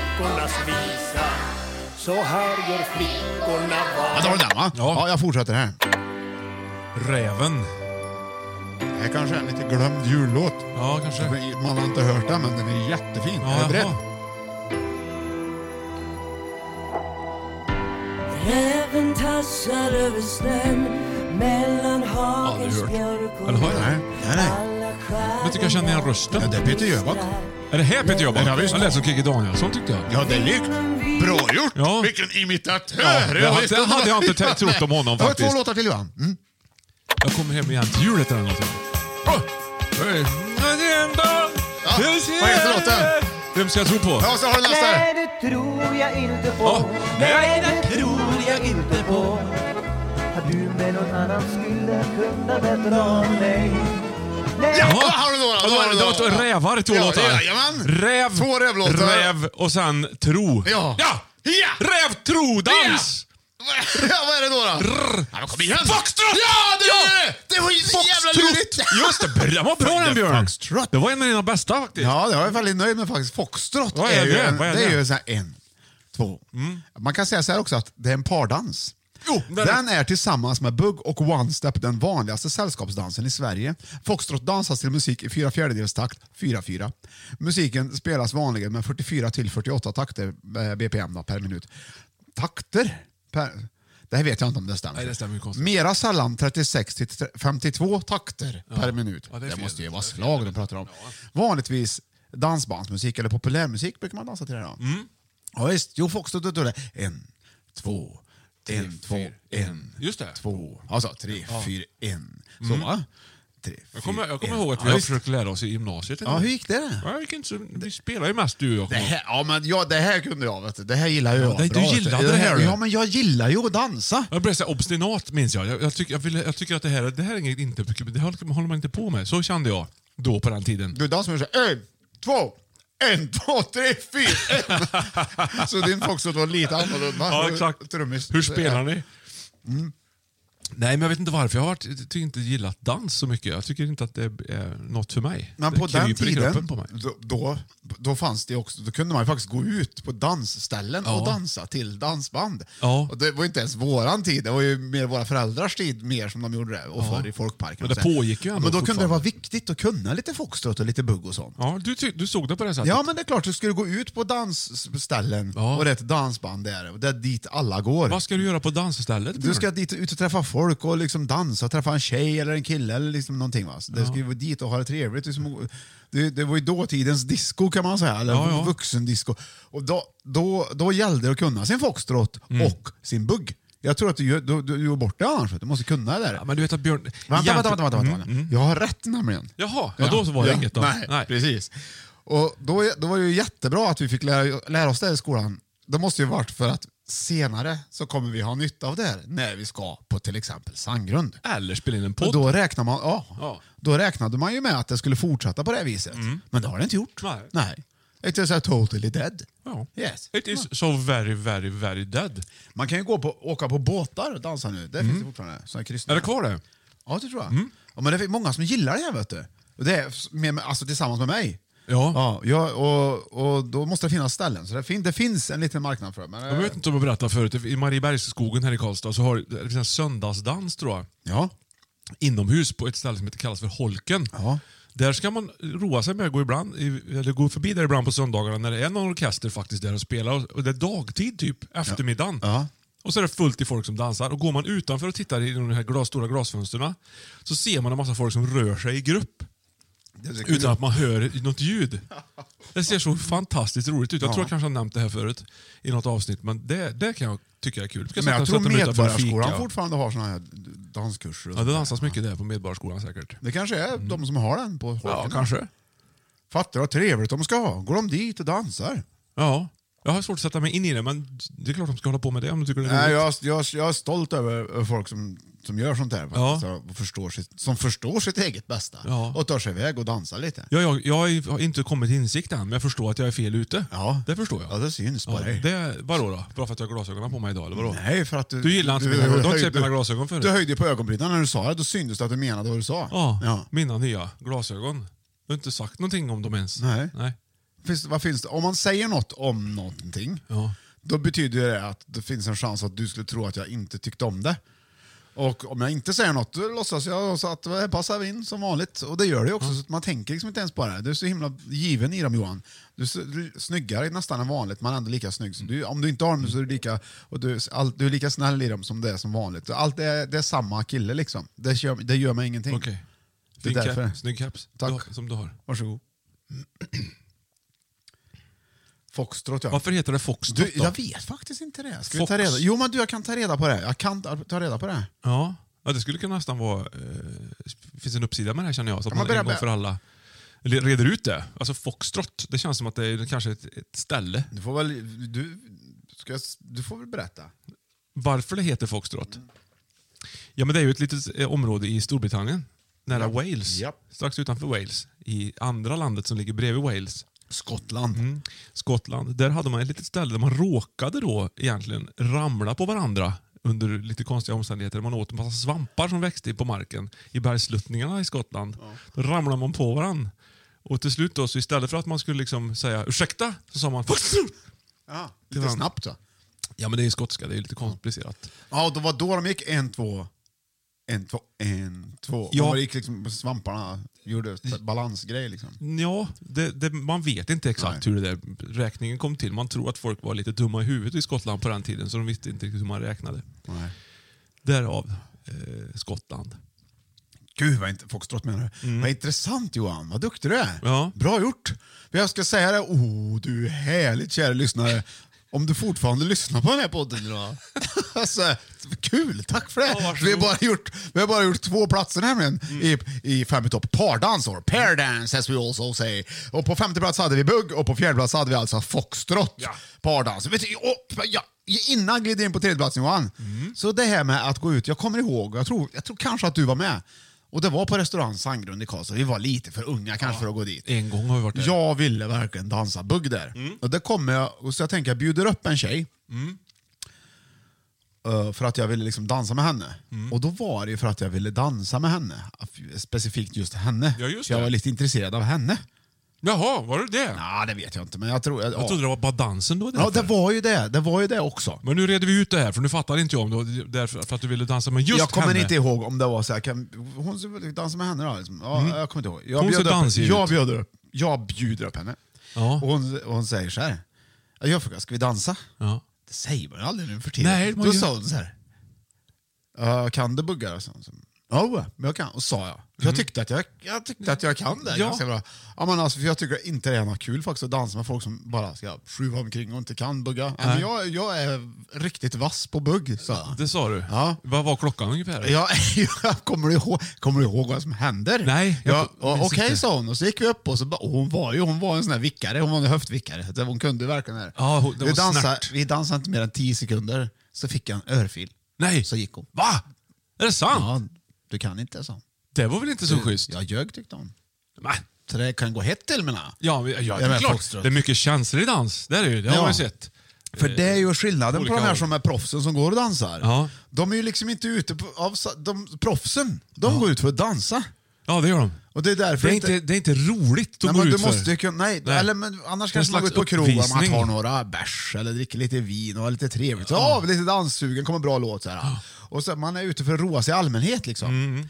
[SPEAKER 4] Så här gör flickorna
[SPEAKER 1] Ja, då var det den va?
[SPEAKER 2] Ja.
[SPEAKER 1] ja, jag fortsätter här.
[SPEAKER 2] Räven.
[SPEAKER 1] Det här kanske är en lite glömd jullåt.
[SPEAKER 2] Ja, kanske.
[SPEAKER 1] Man har inte hört den, men den är jättefin.
[SPEAKER 2] Ja,
[SPEAKER 1] är du beredd?
[SPEAKER 2] jaha.
[SPEAKER 3] Räven tassar över snön mellan
[SPEAKER 2] Aldrig
[SPEAKER 3] hagens
[SPEAKER 2] hört.
[SPEAKER 3] björk och
[SPEAKER 2] Eller har jag
[SPEAKER 1] Nej,
[SPEAKER 2] det?
[SPEAKER 1] nej, nej.
[SPEAKER 3] alla stjärnor
[SPEAKER 2] Jag tycker jag känner igen rösten.
[SPEAKER 1] Ja, det är Peter Jöback.
[SPEAKER 2] Är det här Peter Jöback?
[SPEAKER 1] Ja, visst.
[SPEAKER 2] Han lät som Kikki Danielsson tyckte jag.
[SPEAKER 1] Ja, det är likt. Bra gjort!
[SPEAKER 2] Ja.
[SPEAKER 1] Vilken imitatör!
[SPEAKER 2] Ja, det
[SPEAKER 1] Jag
[SPEAKER 2] hade-
[SPEAKER 1] visste
[SPEAKER 2] det
[SPEAKER 1] var-
[SPEAKER 2] hade jag inte tänkt- trott om honom
[SPEAKER 1] Jag har
[SPEAKER 2] faktiskt.
[SPEAKER 1] två låtar till Johan. Mm.
[SPEAKER 2] Jag kommer hem igen till jul heter den låten.
[SPEAKER 1] vad heter låten?
[SPEAKER 2] Vem ska jag tro på?
[SPEAKER 1] Ja, så har du nästa. här.
[SPEAKER 5] det tror jag inte på.
[SPEAKER 2] Ja.
[SPEAKER 5] Nej, det tror jag inte på. Att du med någon annan skulle kunna dra mig.
[SPEAKER 1] Ja,
[SPEAKER 2] Jaha.
[SPEAKER 1] har du några?
[SPEAKER 2] Ja, då är det- då är det Rävar i två
[SPEAKER 1] Ja,
[SPEAKER 2] låtar.
[SPEAKER 1] jajamän.
[SPEAKER 2] Räv,
[SPEAKER 1] Två rävlåtar.
[SPEAKER 2] räv och sen tro.
[SPEAKER 1] Ja.
[SPEAKER 2] ja.
[SPEAKER 1] Ja!
[SPEAKER 2] Räv, tro, dans!
[SPEAKER 1] Ja, vad är det då? då? Ja, men kom igen. Foxtrot! Ja, det är det! Det var ju så jävla
[SPEAKER 2] Foxtrot.
[SPEAKER 1] lurigt!
[SPEAKER 2] Just det, den var bra den Björn.
[SPEAKER 1] Foxtrot.
[SPEAKER 2] Det var en av dina bästa faktiskt.
[SPEAKER 1] Ja, det var jag väldigt nöjd med faktiskt. Foxtrot
[SPEAKER 2] Vad är
[SPEAKER 1] ju
[SPEAKER 2] det?
[SPEAKER 1] en,
[SPEAKER 2] Vad är
[SPEAKER 1] det är
[SPEAKER 2] det? Mm.
[SPEAKER 1] ju så här en, två. Man kan säga så här också att det är en pardans.
[SPEAKER 2] Jo, den-
[SPEAKER 1] den, är tillsammans med bugg och one step den vanligaste sällskapsdansen i Sverige. Foxtrot dansas till musik i fyra fjärdedels takt, 4-4. Musiken spelas vanligen med 44 till 48 takter eh, BPM då, per minut. Takter? Per... Det här vet jag inte om det stämmer.
[SPEAKER 2] Nej, det stämmer ju konstigt.
[SPEAKER 1] Mera sällan 36 till 52 takter per minut.
[SPEAKER 2] Ja, det är
[SPEAKER 1] det
[SPEAKER 2] fel.
[SPEAKER 1] måste ju
[SPEAKER 2] Det
[SPEAKER 1] vara
[SPEAKER 2] är fel.
[SPEAKER 1] slag de pratar om. Vanligtvis dansbandsmusik eller populärmusik brukar man dansa till det här. då.
[SPEAKER 2] Mm.
[SPEAKER 1] Ja, visst. Jo, foxtrot och det. En, två, en, två, en,
[SPEAKER 2] Just det. Mm.
[SPEAKER 1] två. Alltså tre, fyra, en. Så va? Tre,
[SPEAKER 2] Jag kommer, jag kommer
[SPEAKER 1] en.
[SPEAKER 2] ihåg att vi
[SPEAKER 1] ja,
[SPEAKER 2] har
[SPEAKER 1] visst.
[SPEAKER 2] försökt lära oss i gymnasiet.
[SPEAKER 1] Ja, hur gick det?
[SPEAKER 2] Ja, vi, kan inte, så- vi spelar ju mest du och
[SPEAKER 1] Det
[SPEAKER 2] jag.
[SPEAKER 1] här, ja, men ja, det här kunde jag. Vet du. Det här gillar jag.
[SPEAKER 2] det- du
[SPEAKER 1] bra, vet
[SPEAKER 2] gillade
[SPEAKER 1] Ja,
[SPEAKER 2] det här, du.
[SPEAKER 1] Ja, men jag gillar ju att dansa.
[SPEAKER 2] Jag blev så här obstinat minns jag. Jag, jag, tycker, jag, ville- jag tycker att det här, det här är inget, inte, det här håller man inte på med. Så kände jag då på den tiden.
[SPEAKER 1] Du dansar med så här, en, två, en, två, tre, fyra, en. så din foxtrot var lite annorlunda.
[SPEAKER 2] Ja, exakt.
[SPEAKER 1] Trummis. Eh, Mm.
[SPEAKER 2] Hur spelar ni? Nej, men jag vet inte varför. Jag har varit, jag tycker inte gillat dans så mycket. Jag tycker inte att det är något för mig.
[SPEAKER 1] Men
[SPEAKER 2] det
[SPEAKER 1] på den
[SPEAKER 2] kryper i
[SPEAKER 1] tiden,
[SPEAKER 2] kroppen på mig.
[SPEAKER 1] Då, då, då fanns det också, då kunde man ju faktiskt gå ut på dansställen och dansa till dansband.
[SPEAKER 2] Ja.
[SPEAKER 1] Och det var ju inte ens våran tid, det var ju mer våra föräldrars tid mer som de gjorde det, och förr i folkparken.
[SPEAKER 2] Men det
[SPEAKER 1] och så här.
[SPEAKER 2] pågick ju ändå
[SPEAKER 1] Men då kunde det
[SPEAKER 2] fortfarande.
[SPEAKER 1] vara viktigt att kunna lite foxtrot och lite bugg och sånt.
[SPEAKER 2] Ja, du, ty- du såg det på det sättet?
[SPEAKER 1] Ja, men det är klart, du skulle gå ut på dansställen
[SPEAKER 2] Ja.
[SPEAKER 1] och det är ett dansband där, och det är dit alla går.
[SPEAKER 2] Vad ska du göra på dansstället?
[SPEAKER 1] Du
[SPEAKER 2] Björn?
[SPEAKER 1] ska dit ut och träffa folk och liksom dansa och träffa en tjej eller en kille eller liksom någonting. Va? Så det ska ju vara dit och ha det trevligt. Liksom, det, det var ju dåtidens disco kan man säga, eller
[SPEAKER 2] Ja, ja.
[SPEAKER 1] vuxendisco. Och då, då, då gällde det att kunna sin foxtrot
[SPEAKER 2] Mm.
[SPEAKER 1] och sin bugg. Jag tror att du gör, du, du gör bort det annars, vet du Du måste kunna det där.
[SPEAKER 2] Ja, men du vet att Björn... Mm.
[SPEAKER 1] Vänta, vänta,
[SPEAKER 2] Jämför-
[SPEAKER 1] vänta, vänta, vänta. Jag har rätt nämligen.
[SPEAKER 2] Jaha, ja, då var det inget då.
[SPEAKER 1] Nej,
[SPEAKER 2] Nej.
[SPEAKER 1] precis. Och då, är- då var det ju jättebra att vi fick lära, lära oss det här i skolan. Det måste ju varit för att senare så kommer vi ha nytta av det här när vi ska på till exempel Sandgrund.
[SPEAKER 2] Eller spela in en
[SPEAKER 1] Och
[SPEAKER 2] Äh, podd.
[SPEAKER 1] då, räknar man, ja,
[SPEAKER 2] Ja. Mm.
[SPEAKER 1] då räknade man ju med att det skulle fortsätta på det här viset. Men det har det inte gjort.
[SPEAKER 2] Nej.
[SPEAKER 1] Nej. It is a totally dead.
[SPEAKER 2] Ja.
[SPEAKER 1] Yes.
[SPEAKER 2] It is so very, very, very dead.
[SPEAKER 1] Man kan ju gå på, åka på båtar och dansa nu. Det finns det fortfarande. Såna här kristna.
[SPEAKER 2] Mm. Är det kvar det? Mm.
[SPEAKER 1] Ja, det tror jag. Ja, men det är många som gillar det här, vet du. Och det är med, alltså, tillsammans med mig.
[SPEAKER 2] Ja.
[SPEAKER 1] ja jag, och, och då måste det finnas ställen. Så det, fin, det finns en liten marknad för det. Men,
[SPEAKER 2] Jag vet inte om jag berättade förut, i Mariebergsskogen här i Karlstad så har det finns en söndagsdans tror jag,
[SPEAKER 1] Ja.
[SPEAKER 2] inomhus på ett ställe som heter- kallas för Holken.
[SPEAKER 1] Ja.
[SPEAKER 2] Där ska man roa sig med att gå, ibland, eller gå förbi där ibland på söndagarna när det är någon orkester faktiskt där och spelar. Och det är dagtid typ, eftermiddagen.
[SPEAKER 1] Ja.
[SPEAKER 2] Och så är det fullt i folk som dansar. Och Går man utanför och tittar i de här glas, stora glasfönsterna så ser man en massa folk som rör sig i grupp. Utan att man hör något ljud. Det ser så fantastiskt roligt ut. Jag tror jag kanske har nämnt det här förut i något avsnitt, men det, det kan jag tycka är kul. Ska
[SPEAKER 1] Men
[SPEAKER 2] sätta-
[SPEAKER 1] jag tror
[SPEAKER 2] sätta mig utanför och
[SPEAKER 1] Medborgarskolan
[SPEAKER 2] fika.
[SPEAKER 1] fortfarande har såna här danskurser. och
[SPEAKER 2] Ja, det
[SPEAKER 1] sånt där.
[SPEAKER 2] dansas mycket där på Medborgarskolan säkert.
[SPEAKER 1] Det kanske är de som har den på
[SPEAKER 2] Ja,
[SPEAKER 1] Håkan.
[SPEAKER 2] kanske.
[SPEAKER 1] Fattar vad trevligt de ska ha. Går de dit och dansar?
[SPEAKER 2] Ja. Jag har svårt att sätta mig in i det, men det är klart de ska hålla på med det om du tycker det är
[SPEAKER 1] Nej,
[SPEAKER 2] roligt.
[SPEAKER 1] jag, jag, jag är stolt över folk som, som gör sånt här.
[SPEAKER 2] Ja.
[SPEAKER 1] faktiskt, Och förstår sitt, som förstår sitt eget bästa
[SPEAKER 2] Ja.
[SPEAKER 1] och tar sig iväg och dansar lite.
[SPEAKER 2] Ja, jag, jag har inte kommit till insikt än, men jag förstår att jag är fel ute.
[SPEAKER 1] Ja.
[SPEAKER 2] Det förstår jag.
[SPEAKER 1] Ja, det syns på
[SPEAKER 2] Ja,
[SPEAKER 1] dig.
[SPEAKER 2] det, vadå då? Bara för att jag har glasögonen på mig idag, eller vadå?
[SPEAKER 1] Nej, för att du...
[SPEAKER 2] Du gillar inte mina- du har inte sett mina glasögon förut.
[SPEAKER 1] Du höjde på ögonbrynen när du sa det. Då syntes det att du menade vad du sa.
[SPEAKER 2] Ja, mina nya glasögon. Du har inte sagt någonting om dem ens.
[SPEAKER 1] Nej.
[SPEAKER 2] Nej.
[SPEAKER 1] Finns, vad finns det? Om man säger något om någonting,
[SPEAKER 2] Ja.
[SPEAKER 1] då betyder det att det finns en chans att du skulle tro att jag inte tyckte om det. Och om jag inte säger något, då låtsas jag så att det passar in som vanligt. Och det gör det ju också, så att man tänker liksom inte ens på det. Du är så himla given i dem Johan. Du är så- du är snyggare nästan än vanligt, men ändå lika snygg. Så du, om du inte har dem så är du lika, och du, är- allt- du är lika snäll i dem som det är som vanligt. Allt det är, det är samma kille liksom. Det gör, det gör mig ingenting.
[SPEAKER 2] Okej.
[SPEAKER 1] Det är
[SPEAKER 2] Fin
[SPEAKER 1] därför.
[SPEAKER 2] cap, snygg caps.
[SPEAKER 1] Tack.
[SPEAKER 2] Du har- som du har.
[SPEAKER 1] Varsågod. Foxtrot ja.
[SPEAKER 2] Varför heter det Foxtrot
[SPEAKER 1] Du,
[SPEAKER 2] då?
[SPEAKER 1] jag vet faktiskt inte det. Ska vi
[SPEAKER 2] Fox.
[SPEAKER 1] ta reda? Jo, men du, jag kan ta reda på det. Jag kan ta ta reda på det.
[SPEAKER 2] Ja. ja, det skulle kunna nästan vara... Eh, det finns en uppsida med det här känner jag, så att
[SPEAKER 1] Ja, men
[SPEAKER 2] man en
[SPEAKER 1] börja-
[SPEAKER 2] gång för alla eller reder ut det. Alltså Foxtrot, det känns som att det är kanske ett, ett ställe.
[SPEAKER 1] Du får väl, du, ska jag, s- du får väl berätta.
[SPEAKER 2] Varför det heter Foxtrot? Ja, men det är ju ett litet eh, område i Storbritannien, nära Wales.
[SPEAKER 1] Japp.
[SPEAKER 2] Strax utanför Wales, i andra landet som ligger bredvid Wales.
[SPEAKER 1] Skottland.
[SPEAKER 2] Mm. Skottland. Där hade man ett litet ställe där man råkade då egentligen ramla på varandra under lite konstiga omständigheter. Man åt en massa svampar som växte på marken i bergsluttningarna i Skottland. Då ramlade man på varandra. Och till slut då, så istället för att man skulle liksom säga ursäkta, så sa man "Fuck!"
[SPEAKER 1] Ja,
[SPEAKER 2] Det
[SPEAKER 1] lite
[SPEAKER 2] var-
[SPEAKER 1] snabbt så.
[SPEAKER 2] Ja men det är ju skotska, det är ju lite komplicerat.
[SPEAKER 1] Ja, det var då de gick en, två, en, två, en, två.
[SPEAKER 2] Ja.
[SPEAKER 1] Ja. De gick liksom på svamparna, gjorde så- balansgrej liksom.
[SPEAKER 2] Ja, det, det, man vet inte exakt hur det där räkningen kom till. Man tror att folk var lite dumma i huvudet i Skottland på den tiden, så de visste inte riktigt hur man räknade.
[SPEAKER 1] Nej.
[SPEAKER 2] Därav eh, Skottland.
[SPEAKER 1] Gud vad inte, foxtrot menar du? Vad intressant Johan, vad duktig du är.
[SPEAKER 2] Mm. Ja.
[SPEAKER 1] Bra gjort. Men Jag ska säga det, oh du är härligt kära lyssnare. Om du fortfarande lyssnar på den här podden idag. alltså, kul, tack för det.
[SPEAKER 2] Ja, varsågod. Mm.
[SPEAKER 1] vi, har bara gjort, vi har bara gjort två platser nämligen i, i Fem i topp. Pardans or pair dance as we also say. Och på femte plats hade vi bugg och på fjärde plats hade vi alltså foxtrot.
[SPEAKER 2] Ja.
[SPEAKER 1] Pardans. Vet du, och, ja, innan glider in på tredjeplatsen Johan.
[SPEAKER 2] Mm.
[SPEAKER 1] Så det här med att gå ut, jag kommer ihåg, jag tror, jag tror kanske att du var med. Och det var på restaurang Sandgrund i Karlstad. Vi var lite för unga kanske för att gå dit.
[SPEAKER 2] En gång har vi varit där. Mm.
[SPEAKER 1] Jag ville verkligen dansa bugg där. Och det kommer jag, och så jag tänker jag bjuder upp en tjej. Eh, För att jag ville liksom dansa med henne.
[SPEAKER 2] Mm.
[SPEAKER 1] Och då var det ju för att jag ville dansa med henne. Specifikt just henne.
[SPEAKER 2] Ja, just
[SPEAKER 1] För jag
[SPEAKER 2] det.
[SPEAKER 1] var lite intresserad av henne.
[SPEAKER 2] Jaha, var det det?
[SPEAKER 1] Ja, det vet jag inte, men jag tror... Jag,
[SPEAKER 2] Jag trodde det var bara dansen då.
[SPEAKER 1] Ja,
[SPEAKER 2] därför.
[SPEAKER 1] det var ju det. Det var ju det också.
[SPEAKER 2] Men nu reder vi ut det här, för nu fattar inte jag om det var därför, för att du ville dansa med just
[SPEAKER 1] jag kommer
[SPEAKER 2] henne.
[SPEAKER 1] inte ihåg om det var så här, kan, hon som dansade med henne då? Liksom. Ja, Jag kommer inte ihåg. Jag
[SPEAKER 2] Mm. Hon ser
[SPEAKER 1] bjöd, upp,
[SPEAKER 2] dansig
[SPEAKER 1] jag,
[SPEAKER 2] ut.
[SPEAKER 1] bjöd upp, jag bjuder upp henne.
[SPEAKER 2] Ja.
[SPEAKER 1] Och hon, och hon säger så här, jag frågar, ska vi dansa?
[SPEAKER 2] Ja.
[SPEAKER 1] Det säger man ju aldrig nu för tiden.
[SPEAKER 2] Nej, man
[SPEAKER 1] då
[SPEAKER 2] gör-
[SPEAKER 1] sa hon så här, "Ja, kan du bugga? då?" sa hon. Så, Ja, men jag kan. Och sa jag. För Jag tyckte att jag, jag, tyckte att jag kan det
[SPEAKER 2] Mm. Ja.
[SPEAKER 1] ganska bra. Ja, men alltså, för jag tycker inte det är något kul faktiskt att dansa med folk som bara ska skruva omkring och inte kan bugga. Ja, men jag, jag är riktigt vass på bugg, sa jag.
[SPEAKER 2] Det sa du?
[SPEAKER 1] Ja.
[SPEAKER 2] Vad var klockan ungefär?
[SPEAKER 1] Ja, jag kommer, du ihåg, kommer du ihåg vad som händer?
[SPEAKER 2] Nej, jag
[SPEAKER 1] Ja, och-
[SPEAKER 2] minns
[SPEAKER 1] Okej,
[SPEAKER 2] inte.
[SPEAKER 1] sa hon. Och så gick vi upp och, så, bara- och hon var ju hon var en sån här vickare. Hon var en höftvickare. Så Hon kunde ju verkligen det här.
[SPEAKER 2] Ja, hon- det
[SPEAKER 1] vi,
[SPEAKER 2] var
[SPEAKER 1] dansade,
[SPEAKER 2] snärt.
[SPEAKER 1] vi dansade inte mer än 10 sekunder, så fick jag en örfil.
[SPEAKER 2] Nej.
[SPEAKER 1] Så gick hon.
[SPEAKER 2] Va? Är det sant?
[SPEAKER 1] Ja, du kan inte, sa hon.
[SPEAKER 2] Det var väl inte så schysst?
[SPEAKER 1] Jag ljög, tyckte hon.
[SPEAKER 2] Men,
[SPEAKER 1] Så det kan gå hett till, menar jag.
[SPEAKER 2] ja, men- ja, det
[SPEAKER 1] Jag
[SPEAKER 2] är
[SPEAKER 1] menar,
[SPEAKER 2] klart.
[SPEAKER 1] foxtrot.
[SPEAKER 2] Det är mycket känslor i dans. Det, är det, ju. det har
[SPEAKER 1] Ja.
[SPEAKER 2] man ju sett.
[SPEAKER 1] För det är ju skillnaden på
[SPEAKER 2] olika
[SPEAKER 1] de här
[SPEAKER 2] håll.
[SPEAKER 1] som är proffsen som går och dansar.
[SPEAKER 2] Ja.
[SPEAKER 1] De är ju liksom inte ute på... Av, de, proffsen, de går ut för att dansa.
[SPEAKER 2] Ja, det gör de.
[SPEAKER 1] Och det är därför
[SPEAKER 2] Det är inte, det är inte roligt att
[SPEAKER 1] Nej,
[SPEAKER 2] gå
[SPEAKER 1] men
[SPEAKER 2] ut
[SPEAKER 1] du
[SPEAKER 2] för.
[SPEAKER 1] måste ju kunna, nej,
[SPEAKER 2] Nej.
[SPEAKER 1] Eller, men annars
[SPEAKER 2] Det är en
[SPEAKER 1] kanske man går ut på
[SPEAKER 2] slags
[SPEAKER 1] krogen och man
[SPEAKER 2] uppvisning.
[SPEAKER 1] tar några bärs eller dricker lite vin och har lite trevligt. Så,
[SPEAKER 2] Mm.
[SPEAKER 1] Ja, lite danssugen, kommer bra låt. Så här. Och så, man är ute för att roa sig i allmänhet. Liksom. Eh,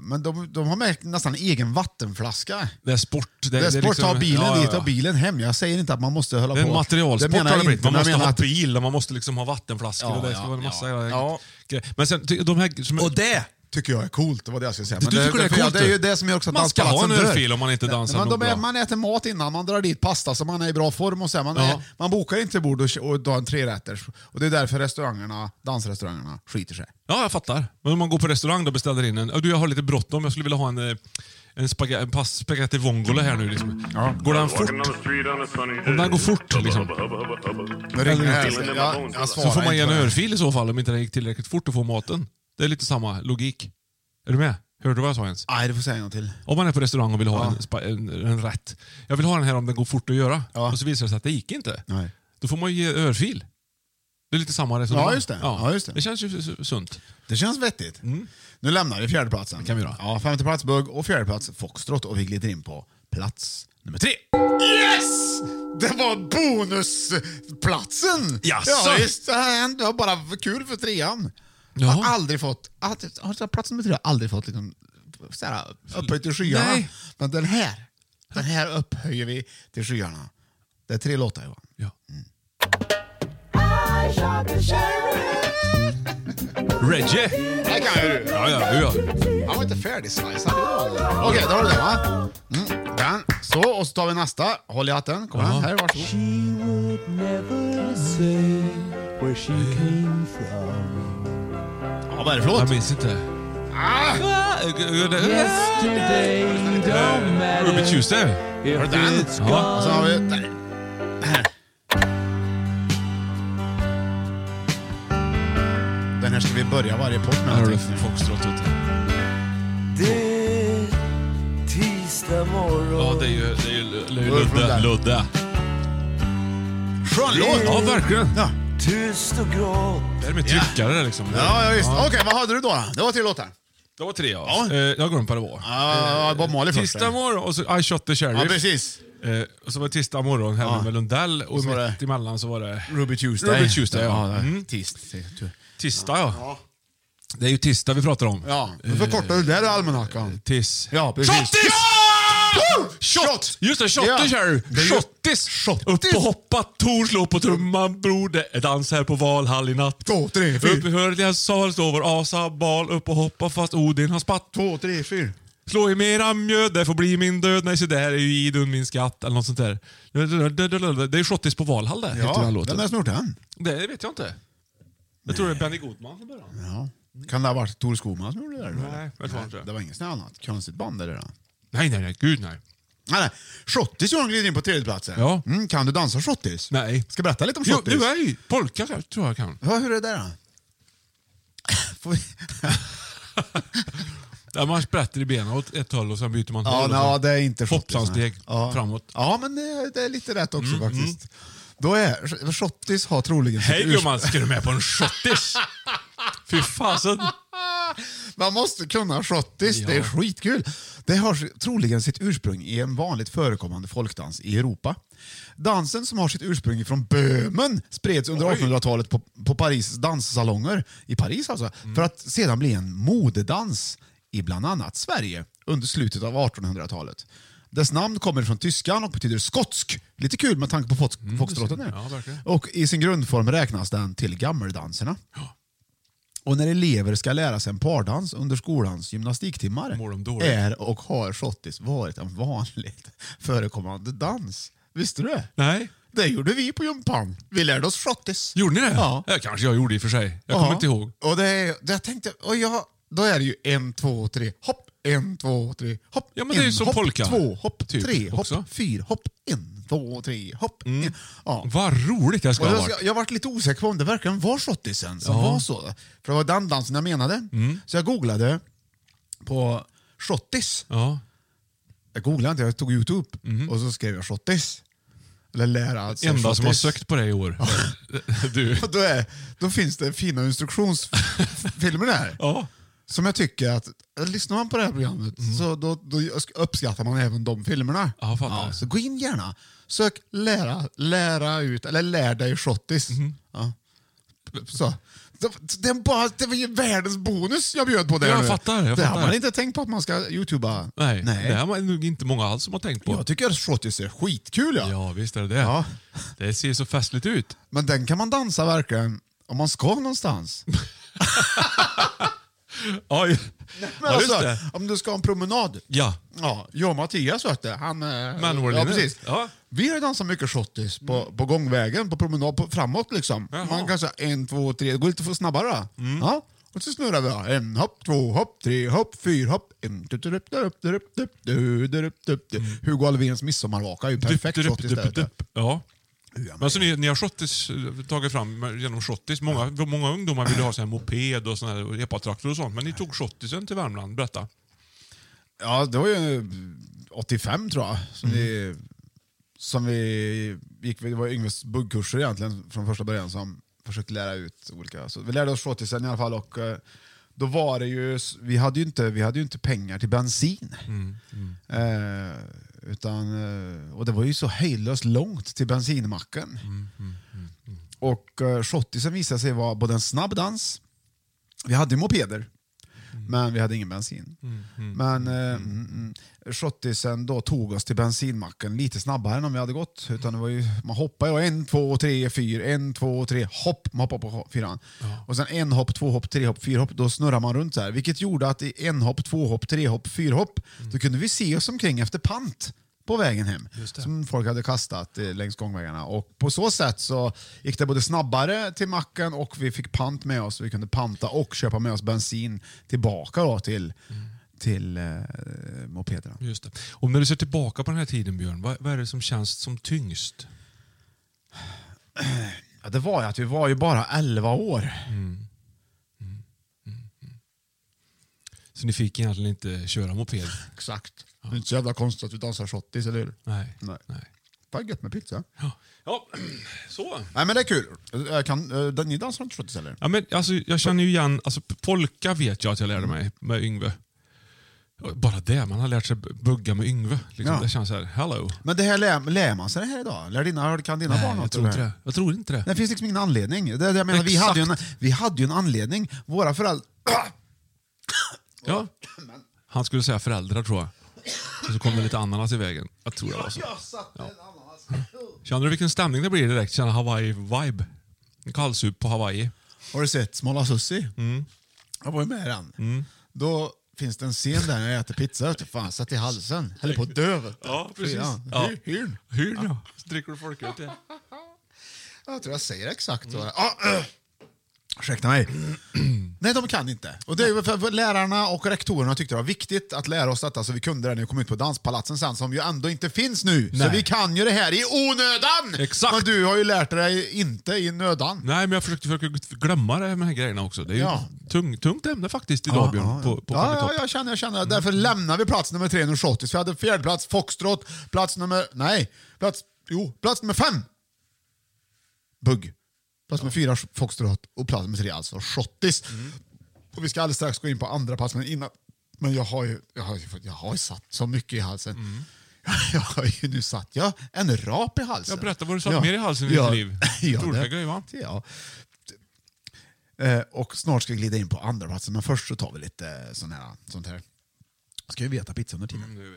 [SPEAKER 1] Men de, de har märkt nästan egen vattenflaska.
[SPEAKER 2] Det är sport.
[SPEAKER 1] Det, är
[SPEAKER 2] det är
[SPEAKER 1] sport,
[SPEAKER 2] liksom-
[SPEAKER 1] ta bilen
[SPEAKER 2] ja,
[SPEAKER 1] dit
[SPEAKER 2] ja.
[SPEAKER 1] och bilen hem. Jag säger inte att man måste hålla
[SPEAKER 2] Det är
[SPEAKER 1] på.
[SPEAKER 2] en materialsport
[SPEAKER 1] Det menar jag
[SPEAKER 2] har det blivit.
[SPEAKER 1] inte,
[SPEAKER 2] Man
[SPEAKER 1] men jag
[SPEAKER 2] måste ha
[SPEAKER 1] menar att-
[SPEAKER 2] bil och man måste liksom ha vattenflaskor
[SPEAKER 1] Ja,
[SPEAKER 2] och det ska
[SPEAKER 1] ja,
[SPEAKER 2] vara en massa
[SPEAKER 1] ja.
[SPEAKER 2] jävla
[SPEAKER 1] Ja.
[SPEAKER 2] grejer. Men sen, ty- de här som...
[SPEAKER 1] Och det tycker jag är coolt, det var det jag skulle säga.
[SPEAKER 2] Du
[SPEAKER 1] det,
[SPEAKER 2] tycker det är
[SPEAKER 1] för jag-
[SPEAKER 2] coolt,
[SPEAKER 1] det är ju
[SPEAKER 2] du?
[SPEAKER 1] det som gör också att
[SPEAKER 2] Man ska
[SPEAKER 1] dansplatsen
[SPEAKER 2] ha en
[SPEAKER 1] dör.
[SPEAKER 2] örfil om man inte dansar
[SPEAKER 1] Men
[SPEAKER 2] nog
[SPEAKER 1] de är,
[SPEAKER 2] bra.
[SPEAKER 1] man äter mat innan, man drar dit pasta så man är i bra form och så här, man,
[SPEAKER 2] Ja.
[SPEAKER 1] är, man bokar inte bord och, och tar en trerätters. Och det är därför restaurangerna, dansrestaurangerna skiter sig.
[SPEAKER 2] Ja, jag fattar. Men om man går på restaurang då och beställer in en... "Ja, Du, jag har lite bråttom. Jag skulle vilja ha en, eh, en, spaga, en pass spaghetti vongole här nu. Liksom. Går den fort? Om den går fort liksom,
[SPEAKER 1] Nu ringer det här.
[SPEAKER 2] Eller-
[SPEAKER 1] Jag, jag svarar
[SPEAKER 2] så får man ge en
[SPEAKER 1] inte på det.
[SPEAKER 2] örfil i så fall om inte den gick tillräckligt fort att få maten. Det är lite samma logik. Är du med? Hörde du vad jag sa ens?
[SPEAKER 1] Nej, du får säga en gång till.
[SPEAKER 2] Om man är på restaurang och vill ha en, spa- en, en rätt. Jag vill ha den här om den går fort att göra.
[SPEAKER 1] Ja.
[SPEAKER 2] Och så visar det sig att det gick inte.
[SPEAKER 1] Nej.
[SPEAKER 2] Då får man ju ge örfil. Det är lite samma resonemang.
[SPEAKER 1] Ja, just det. Ja, just det.
[SPEAKER 2] känns ju s- sunt.
[SPEAKER 1] Det känns vettigt. Nu lämnar vi fjärdeplatsen. Det
[SPEAKER 2] Mm. kan vi göra.
[SPEAKER 1] Ja, femteplats Bugg och fjärdeplats Foxtrot och vi glider in på plats nummer tre. Yes! Det var bonusplatsen!
[SPEAKER 2] Jaså?
[SPEAKER 1] Ja, visst. Det här hände. Det var bara kul för trean. Jag
[SPEAKER 2] Jaha.
[SPEAKER 1] har aldrig fått, aldrig, har- plats nummer tre har jag aldrig fått liksom, såhär, upphöjt till skyarna.
[SPEAKER 2] Nej.
[SPEAKER 1] Men den här, den här upphöjer vi till skyarna. Det är tre låtar Johan.
[SPEAKER 2] Ja.
[SPEAKER 1] Mm.
[SPEAKER 2] Reggie!
[SPEAKER 1] Det kan jag ju.
[SPEAKER 2] Ja, ja, ja.
[SPEAKER 1] Han var inte färdigslicead. Okej, då har du den va? Mm, den. Så, och så tar vi nästa. Håll i hatten. Kom igen, här, varsågod.
[SPEAKER 5] She would never say where she came from.
[SPEAKER 1] Ja, vad är det för
[SPEAKER 2] Jag
[SPEAKER 1] låt?
[SPEAKER 2] minns inte. Ah!
[SPEAKER 5] Yesterday don't
[SPEAKER 2] Ruby
[SPEAKER 5] matter
[SPEAKER 2] Tuesday.
[SPEAKER 1] Har
[SPEAKER 5] if
[SPEAKER 1] du den?
[SPEAKER 5] it's
[SPEAKER 1] Ja. Och sen har
[SPEAKER 5] gone.
[SPEAKER 1] vi den. Här. Den här ska vi börja varje podd med.
[SPEAKER 2] Här har du
[SPEAKER 1] tänkte jag.
[SPEAKER 2] Foxtrot. vet du.
[SPEAKER 5] Det är tisdag
[SPEAKER 2] Ja,
[SPEAKER 5] morgon.
[SPEAKER 2] det är ju, det är ju L- L-
[SPEAKER 1] Ulf
[SPEAKER 2] Ludde.
[SPEAKER 1] Lundell.
[SPEAKER 2] Ludde.
[SPEAKER 1] Skön låt!
[SPEAKER 2] Ja, verkligen.
[SPEAKER 1] Ja,
[SPEAKER 5] Tyst och grått.
[SPEAKER 2] Det är med tryckare där liksom.
[SPEAKER 1] ja, ja visst. Okej, vad hade du då? då? Det var tre låtar.
[SPEAKER 2] Det var tre ja.
[SPEAKER 1] Ja.
[SPEAKER 2] Eh, Jag glömde vad det var.
[SPEAKER 1] Ja, det var Molly först.
[SPEAKER 2] Tisdag morgon och så I shot the sheriff.
[SPEAKER 1] Ja, precis.
[SPEAKER 2] Eh, och så var det tisdag morgon här med Lundell och
[SPEAKER 1] så var det-
[SPEAKER 2] mitt emellan så var det
[SPEAKER 1] Ruby Tuesday.
[SPEAKER 2] Ruby Tuesday, ja.
[SPEAKER 1] ja
[SPEAKER 2] Mm.
[SPEAKER 1] Tis,
[SPEAKER 2] tisdag. Ja. Det är ju tisdag vi pratar om. Eh,
[SPEAKER 1] ja, nu förkortar du det där i almanackan.
[SPEAKER 2] Tis.
[SPEAKER 1] Ja, precis.
[SPEAKER 2] Shottis!
[SPEAKER 1] Ja!
[SPEAKER 2] Shot! Just det, shottis
[SPEAKER 1] Ja.
[SPEAKER 2] är
[SPEAKER 1] Det är
[SPEAKER 2] det.
[SPEAKER 1] ju-
[SPEAKER 2] Shottis! Upp och hoppa, Tor slå på trumman, bror. Det är dans här på Valhall i natt.
[SPEAKER 1] Två, tre,
[SPEAKER 2] Upp i
[SPEAKER 1] fyra.
[SPEAKER 2] Hörlias sal står vår asa bal. Upp och hoppa fast Odin har spatt.
[SPEAKER 1] Två, tre, fyra.
[SPEAKER 2] Slå i mera mjöd, det får bli min död. Nej, så där är ju Idun min skatt. Eller något sånt där. Det är Shottis på Valhall det, heter den
[SPEAKER 1] vem
[SPEAKER 2] låten.
[SPEAKER 1] har snort den?
[SPEAKER 2] Det vet jag inte. Jag tror det är Benny Goodman från början.
[SPEAKER 1] Ja. Kan det ha varit Tor Skogman som gjorde det? eller?
[SPEAKER 2] Nej, jag tror inte det.
[SPEAKER 1] Det var inget annat. Konstigt band det där. då.
[SPEAKER 2] Nej, nej, nej. Gud nej.
[SPEAKER 1] Nej, nej. Schottis Johan glider in på tredjeplatsen.
[SPEAKER 2] Ja.
[SPEAKER 1] Mm, kan du dansa schottis?
[SPEAKER 2] Nej.
[SPEAKER 1] Ska jag berätta lite om
[SPEAKER 2] Jo,
[SPEAKER 1] schottis?
[SPEAKER 2] du är Polka tror jag jag kan.
[SPEAKER 1] Ja, hur är det där då? Får vi-
[SPEAKER 2] Där man sprätter i benen åt ett håll och sen byter man
[SPEAKER 1] ja,
[SPEAKER 2] håll. och
[SPEAKER 1] nej,
[SPEAKER 2] så-
[SPEAKER 1] det är inte schottis.
[SPEAKER 2] Hoppsansteg
[SPEAKER 1] nej. Ja.
[SPEAKER 2] framåt. Mm,
[SPEAKER 1] Ja, men det, det är lite rätt också faktiskt. Då är, schottis har troligen sitt
[SPEAKER 2] Hej
[SPEAKER 1] ursprung-
[SPEAKER 2] gumman, ska du med på en shottis? Fy fasen.
[SPEAKER 1] Man måste kunna schottis, det är
[SPEAKER 2] Ja.
[SPEAKER 1] skitkul. Det har troligen sitt ursprung i en vanligt förekommande folkdans i Europa. Dansen som har sitt ursprung från Böhmen spreds under 1800-talet på, på Paris danssalonger, i Paris alltså,
[SPEAKER 2] Mm.
[SPEAKER 1] för att sedan bli en modedans i bland annat Sverige under slutet av 1800-talet. Dess namn kommer från tyskan och betyder skotsk. Lite kul med tanke på fox,
[SPEAKER 2] Mm,
[SPEAKER 1] foxtrotten. här.
[SPEAKER 2] Ja, verkligen.
[SPEAKER 1] och I sin grundform räknas den till gammeldanserna. Och när elever ska lära sig en pardans under skolans
[SPEAKER 2] Mår de
[SPEAKER 1] gymnastiktimmar
[SPEAKER 2] dåligt?
[SPEAKER 1] är och har schottis varit en vanligt förekommande dans. Visste du det?
[SPEAKER 2] Nej.
[SPEAKER 1] Det gjorde vi på gympan. Vi lärde oss schottis.
[SPEAKER 2] Gjorde ni det?
[SPEAKER 1] Ja.
[SPEAKER 2] Det kanske jag gjorde i och för sig. Jag
[SPEAKER 1] Ja.
[SPEAKER 2] kommer inte ihåg.
[SPEAKER 1] Och det, är- det jag tänkte, och jag, då är det ju en, två, tre, hopp. En, två, tre, hopp.
[SPEAKER 2] Ja, men det är
[SPEAKER 1] en,
[SPEAKER 2] ju som
[SPEAKER 1] hopp,
[SPEAKER 2] polka,
[SPEAKER 1] Två, hopp,
[SPEAKER 2] typ,
[SPEAKER 1] tre, hopp,
[SPEAKER 2] också. Mm.
[SPEAKER 1] fyra, hopp. En, två, tre, hopp. En. Ja.
[SPEAKER 2] Vad roligt det ska
[SPEAKER 1] Och
[SPEAKER 2] ha
[SPEAKER 1] jag,
[SPEAKER 2] varit.
[SPEAKER 1] ska- jag varit lite osäker på om det verkligen var shottisen som var så. För det var den dansen jag menade.
[SPEAKER 2] Mm.
[SPEAKER 1] Så jag googlade på shottis.
[SPEAKER 2] Ja.
[SPEAKER 1] Jag googlade inte, jag tog Youtube och så skrev jag shottis. Eller lära sig
[SPEAKER 2] Mm. Enda som har
[SPEAKER 1] schottis.
[SPEAKER 2] sökt på det i år. Du.
[SPEAKER 1] Och Då, är, då finns det fina instruktionsfilmer där.
[SPEAKER 2] Ja.
[SPEAKER 1] Som jag tycker att, lyssnar man på det här programmet så då, då uppskattar man även de filmerna.
[SPEAKER 2] Mm. Ja, fattar.
[SPEAKER 1] så gå in
[SPEAKER 2] Mm-hmm.
[SPEAKER 1] gärna. Sök lära, lära ut, eller lär dig schottis. Ja. Så. Det- Den bara, det var ju världens bonus jag bjöd på där
[SPEAKER 2] Ja, jag
[SPEAKER 1] nu.
[SPEAKER 2] fattar, jag
[SPEAKER 1] det har
[SPEAKER 2] fattar.
[SPEAKER 1] man inte tänkt på att man ska youtuba.
[SPEAKER 2] Nej, det är man nog inte många alls som har tänkt på.
[SPEAKER 1] Jag tycker Schottis är skitkul. Ja.
[SPEAKER 2] Ja, visst är det det.
[SPEAKER 1] Ja.
[SPEAKER 2] Det ser så festligt ut.
[SPEAKER 1] Men den kan man dansa verkligen om man ska någonstans.
[SPEAKER 2] Ja, ju-
[SPEAKER 1] Men
[SPEAKER 2] ja, just
[SPEAKER 1] alltså,
[SPEAKER 2] det.
[SPEAKER 1] Om du ska ha en promenad.
[SPEAKER 2] Ja.
[SPEAKER 1] Ja, jag och Mattias vet du, han... eh,
[SPEAKER 2] Manward-linnet.
[SPEAKER 1] ja, precis.
[SPEAKER 2] Ja. Mm.
[SPEAKER 1] Vi har ju dansat mycket schottis på, på gångvägen, på promenad på, framåt liksom.
[SPEAKER 2] Jaha. Mm.
[SPEAKER 1] Man kanske en, två, tre, det går lite för snabbare. Ja. Och så snurrar vi. då. En hopp, två hopp, tre hopp, fyra hopp. En, tu, tu, dup, du, dup, du, dup, dup, du, du, dup, dup,
[SPEAKER 2] Mm.
[SPEAKER 1] du. Hugo Alfvéns midsommarvaka är ju perfekt
[SPEAKER 2] Dupp, dupp,
[SPEAKER 1] schottis där.
[SPEAKER 2] dupp,
[SPEAKER 1] vet
[SPEAKER 2] dupp. Ja.
[SPEAKER 1] du.
[SPEAKER 2] Men alltså, ni, ni har schottis, eh, tagit fram genom schottis. Många, många ungdomar ville ha så här moped och sån här och epatraktor och sånt. Men ni tog schottisen till Värmland. Berätta.
[SPEAKER 1] Ja, det var ju 85 tror jag. Som vi, som vi gick, det var Yngves buggkurser egentligen från första början som försökte lära ut olika. Så vi lärde oss schrottisen i alla fall. Och, eh, då var det ju, vi, hade ju inte, vi hade ju inte pengar till bensin. Eh, utan, eh, och det var ju så hejdlöst långt till bensinmacken. Och eh, schottisen visade sig vara både en snabb dans, vi hade ju mopeder, men vi hade ingen bensin. Men eh, mm, mm, schottisen då tog oss till bensinmacken lite snabbare än om vi hade gått. Utan det var ju, man hoppade ju en, två, tre, fyra, en, två, tre, hopp. Man hoppade på fyran. Och sen en hopp, två hopp, tre hopp, fyra hopp. Då snurrar man runt så här. Vilket gjorde att i en hopp, två hopp, tre hopp, fyra hopp, då kunde vi se oss omkring efter pant på vägen hem. Som folk hade kastat eh, längs gångvägarna. Och på så sätt så gick det både snabbare till macken och vi fick pant med oss. Vi kunde panta och köpa med oss bensin tillbaka då till, till eh, mopederna.
[SPEAKER 2] Just det. Och när du ser tillbaka på den här tiden, Björn, vad, vad är det som känns som tyngst?
[SPEAKER 1] Ja, det var ju att vi var ju bara 11 år.
[SPEAKER 2] Så ni fick egentligen inte köra moped?
[SPEAKER 1] Exakt. Det är inte så jävla konstigt att vi dansar shottis, eller hur?
[SPEAKER 2] Nej.
[SPEAKER 1] Nej.
[SPEAKER 2] Nej.
[SPEAKER 1] Fan gött med pizza.
[SPEAKER 2] Ja. ja, så.
[SPEAKER 1] Nej men det är kul. Jag kan, eh, ni dansar inte shottis eller?
[SPEAKER 2] Ja, men, alltså, jag känner ju igen, alltså, polka vet jag att jag lärde mig med Yngve. Bara det, man har lärt sig bugga med Yngve. Liksom.
[SPEAKER 1] Ja.
[SPEAKER 2] Det känns så här, hello.
[SPEAKER 1] Men det här lär, lär man sig det här idag? Lär dina, kan dina barn
[SPEAKER 2] jag
[SPEAKER 1] något?
[SPEAKER 2] tror
[SPEAKER 1] av det
[SPEAKER 2] inte
[SPEAKER 1] här?
[SPEAKER 2] det. Jag tror inte det.
[SPEAKER 1] Det finns liksom ingen anledning. Det är det jag menar, vi,
[SPEAKER 2] Exakt.
[SPEAKER 1] hade ju en, vi hade ju en anledning. Våra föräldrar...
[SPEAKER 2] Ja. Han skulle säga föräldrar tror jag. Och så kom det lite ananas i vägen. Jag tror det var så. Känner du vilken stämning det blir direkt? Känner Hawaii-vibe? En kallsup på Hawaii.
[SPEAKER 1] Har du sett Småla Sussi?
[SPEAKER 2] Mm.
[SPEAKER 1] Jag var ju med i den. Då finns det en scen där när jag äter pizza. vet du. Fan, satt i halsen. Höll på att dö. vet du. Fyra.
[SPEAKER 2] Ja.
[SPEAKER 1] Hy- hyrn.
[SPEAKER 2] Hyrn, ja. Så dricker du folköl till.
[SPEAKER 1] Jag tror jag säger exakt så.
[SPEAKER 2] Mm.
[SPEAKER 1] Ah, äh. Ursäkta mig. Nej, de kan inte. Och det är ju för för lärarna och rektorerna tyckte det var viktigt att lära oss detta så vi kunde det när vi kom ut på Danspalatsen sen, som ju ändå inte finns nu. Så
[SPEAKER 2] Nej.
[SPEAKER 1] vi kan ju det här i onödan!
[SPEAKER 2] Exakt.
[SPEAKER 1] Men du har ju lärt dig inte i nödan.
[SPEAKER 2] Nej, men jag försökte, försökte glömma det här med de här grejerna också. Det är ju
[SPEAKER 1] Ja.
[SPEAKER 2] tung, tungt ämne faktiskt idag, Björn. På, på
[SPEAKER 1] ja,
[SPEAKER 2] Mm.
[SPEAKER 1] ja,
[SPEAKER 2] Fucking Top.
[SPEAKER 1] jag känner, jag känner. Därför lämnar vi plats nummer tre, nu Schottis. Vi hade fjärde plats Foxtrot, plats nummer... Nej, plats... Jo, plats nummer fem. Bugg. Plats nummer fyra Foxtrot och plats nummer tre alltså Schottis.
[SPEAKER 2] Mm.
[SPEAKER 1] Och vi ska alldeles strax gå in på andra plats, men innan... Men jag har ju, jag har, ju fått- jag har ju satt så mycket i halsen.
[SPEAKER 2] Mm.
[SPEAKER 1] Jag har ju nu satt jag en rap i halsen.
[SPEAKER 2] Ja, berätta vad du satt mer i halsen i ditt liv.
[SPEAKER 1] ja,
[SPEAKER 2] Olika
[SPEAKER 1] det-
[SPEAKER 2] grejer, va?
[SPEAKER 1] Ja. Eh, och snart ska vi glida in på andra platsen, men först så tar vi lite eh, sån här, sånt här. Ska vi veta pizza under tiden?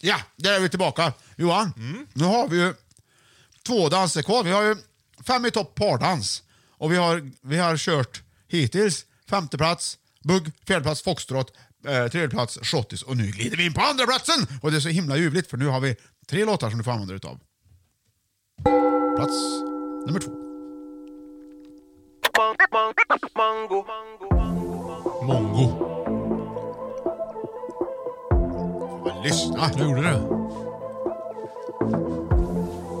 [SPEAKER 1] Ja, där är vi tillbaka. Johan, nu har vi ju två danser kvar. Vi har ju fem i topp pardans. Och vi har, vi har kört hittills femte plats, bugg, fjärde plats, foxtrot, eh, tredje plats, schottis och nu glider vi in på andra platsen Och det är så himla ljuvligt för nu har vi tre låtar som du får använda dig utav. Plats nummer två.
[SPEAKER 2] Mongo.
[SPEAKER 1] Men lyssna!
[SPEAKER 2] Jag gjorde det.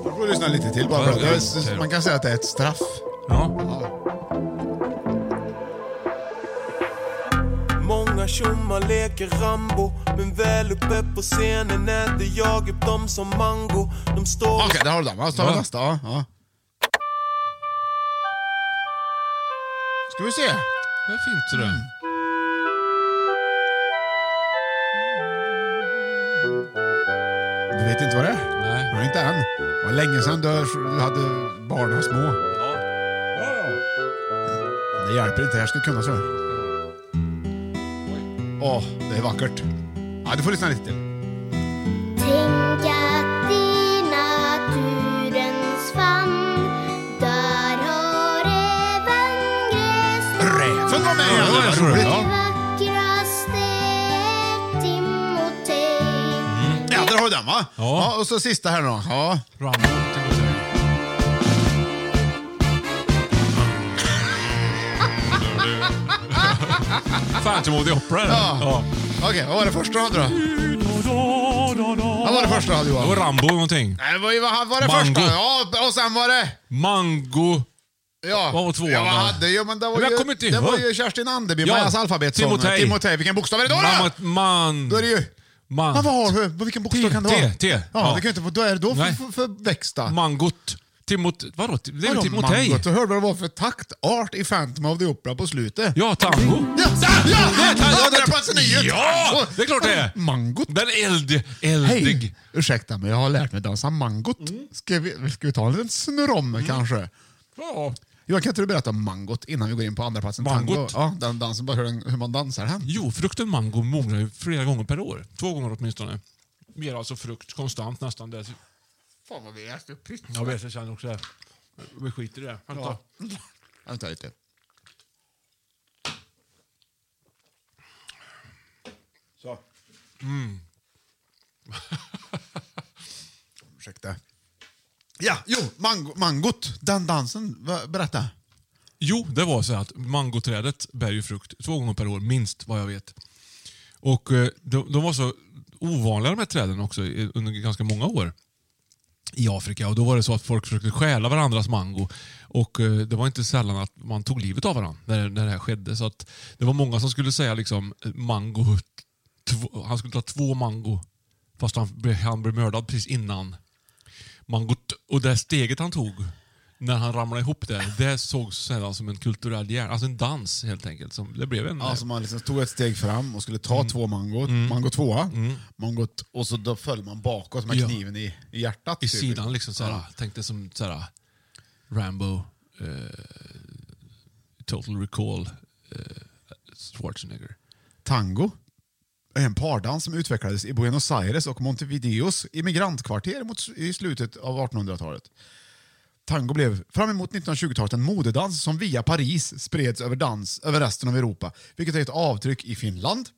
[SPEAKER 1] Du får lyssna lite till bara.
[SPEAKER 2] Ja, ja, ja.
[SPEAKER 1] Det- Man kan säga att det är ett straff.
[SPEAKER 2] Ja.
[SPEAKER 5] Många tjommar leker Rambo Men väl uppe på scenen äter jag upp dem som mango De står
[SPEAKER 1] Okej, där har du den. va? Så tar vi
[SPEAKER 2] Ja.
[SPEAKER 1] nästa. Ja, ja. Ska vi se. Mm.
[SPEAKER 2] Det är fint så det.
[SPEAKER 1] Du vet inte vad det är?
[SPEAKER 2] Nej.
[SPEAKER 1] Har du inte än? Det var länge sedan du hade barnen små. Det hjälper inte. Det här ska du kunna så. Åh, det är vackert. Ja, du får lyssna lite till.
[SPEAKER 3] Tänk att i naturens famn där har även gräs
[SPEAKER 1] Räven var med igen.
[SPEAKER 2] Ja, jag
[SPEAKER 1] Vad
[SPEAKER 2] tror det.
[SPEAKER 1] roligt.
[SPEAKER 2] Ja.
[SPEAKER 3] vackraste ett Timotej
[SPEAKER 1] Ja, där har du den va?
[SPEAKER 2] Ja.
[SPEAKER 1] Och så sista här då. Ja.
[SPEAKER 2] Rambo. tänkte jag säga. Phantom of the Opera. är det.
[SPEAKER 1] Ja.
[SPEAKER 2] Ja.
[SPEAKER 1] Okej, vad var det första du hade då? Vad var det första du hade
[SPEAKER 2] Det var
[SPEAKER 1] Johan?
[SPEAKER 2] Rambo någonting.
[SPEAKER 1] Nej, det var ju- vad var det
[SPEAKER 2] Mango.
[SPEAKER 1] första? Ja, och sen var det...
[SPEAKER 2] Mango.
[SPEAKER 1] Ja.
[SPEAKER 2] Vad var tvåan
[SPEAKER 1] ja, vad
[SPEAKER 2] då?
[SPEAKER 1] hade ju, men det var
[SPEAKER 2] Men jag
[SPEAKER 1] ju,
[SPEAKER 2] kommer inte
[SPEAKER 1] det
[SPEAKER 2] ihåg.
[SPEAKER 1] var ju Kerstin Anderby,
[SPEAKER 2] Ja.
[SPEAKER 1] Majas alfabetsson.
[SPEAKER 2] Timotej.
[SPEAKER 1] Timotej. Vilken bokstav är det då?
[SPEAKER 2] Mamma,
[SPEAKER 1] Då,
[SPEAKER 2] man.
[SPEAKER 1] då är det ju...
[SPEAKER 2] Man.
[SPEAKER 1] Ja, vad har du? Vilken bokstav
[SPEAKER 2] T,
[SPEAKER 1] kan det vara?
[SPEAKER 2] T, T.
[SPEAKER 1] Ja,
[SPEAKER 2] Ja.
[SPEAKER 1] Det kan ju inte, vara- då är det då för,
[SPEAKER 2] Nej.
[SPEAKER 1] för, för växta.
[SPEAKER 2] Mangot. Timot... Vadå? Det är väl
[SPEAKER 1] Vadå,
[SPEAKER 2] Timotej?
[SPEAKER 1] mangot? Du hörde vad det var för taktart i Phantom of the Opera på slutet.
[SPEAKER 2] Ja, tango.
[SPEAKER 1] Ja, ja, ja!
[SPEAKER 2] Ja, ja, ja,
[SPEAKER 1] Andra platsen är ju
[SPEAKER 2] Ja,
[SPEAKER 1] tango.
[SPEAKER 2] det är klart det är.
[SPEAKER 1] Mangot.
[SPEAKER 2] Den eld, eldig.
[SPEAKER 1] Hej! Mm. Ursäkta, men jag har lärt mig dansa mangot. Ska vi, ska vi ta en liten snurrom kanske?
[SPEAKER 2] Ja.
[SPEAKER 1] Johan, kan inte du berätta om mangot innan vi går in på andra platsen? Tango.
[SPEAKER 2] Mangot?
[SPEAKER 1] Ja, den dansen, bara hur, den, hur man dansar den.
[SPEAKER 2] Jo, frukten mango mognar ju flera gånger per år. Två gånger åtminstone. Mer alltså frukt konstant nästan. Där.
[SPEAKER 1] Fan vad vi äter pytt.
[SPEAKER 2] Jag vet, jag känner också det. Vi skiter i det. Vänta.
[SPEAKER 1] Vänta lite. Så. Mm. Ursäkta. Ja, jo, mango, mangot. Den dansen. Va- Berätta.
[SPEAKER 2] Jo, det var så här att mangoträdet bär ju frukt två gånger per år, minst vad jag vet. Och eh, de, de var så ovanliga de här träden också i- under ganska många år i Afrika. Och Då var det så att folk försökte stjäla varandras mango. Och eh, Det var inte sällan att man tog livet av varandra när, när det här skedde. Så att Det var många som skulle säga liksom eh, mango... Två, han skulle ta två mango. Fast han blev, han blev mördad precis innan mangot. Och det steget han tog när han ramlade ihop där, det sågs sedan som en kulturell gärning. Alltså en dans helt enkelt. Som, det blev en...
[SPEAKER 1] Alltså man liksom tog ett steg fram och skulle ta
[SPEAKER 2] Mm.
[SPEAKER 1] två mangot. Mango tvåa. Mangot, och så då föll man bakåt med
[SPEAKER 2] Ja.
[SPEAKER 1] kniven i, i hjärtat.
[SPEAKER 2] I
[SPEAKER 1] typ.
[SPEAKER 2] sidan liksom såhär, tänkte som såhär Rambo, eh, Total Recall, eh, Schwarzenegger.
[SPEAKER 1] Tango är en pardans som utvecklades i Buenos Aires och Montevideos immigrantkvarter mot, i slutet av 1800-talet. Tango blev fram emot 1920-talet en modedans som via Paris spreds över, dans, över resten av Europa, vilket är ett avtryck i Finland.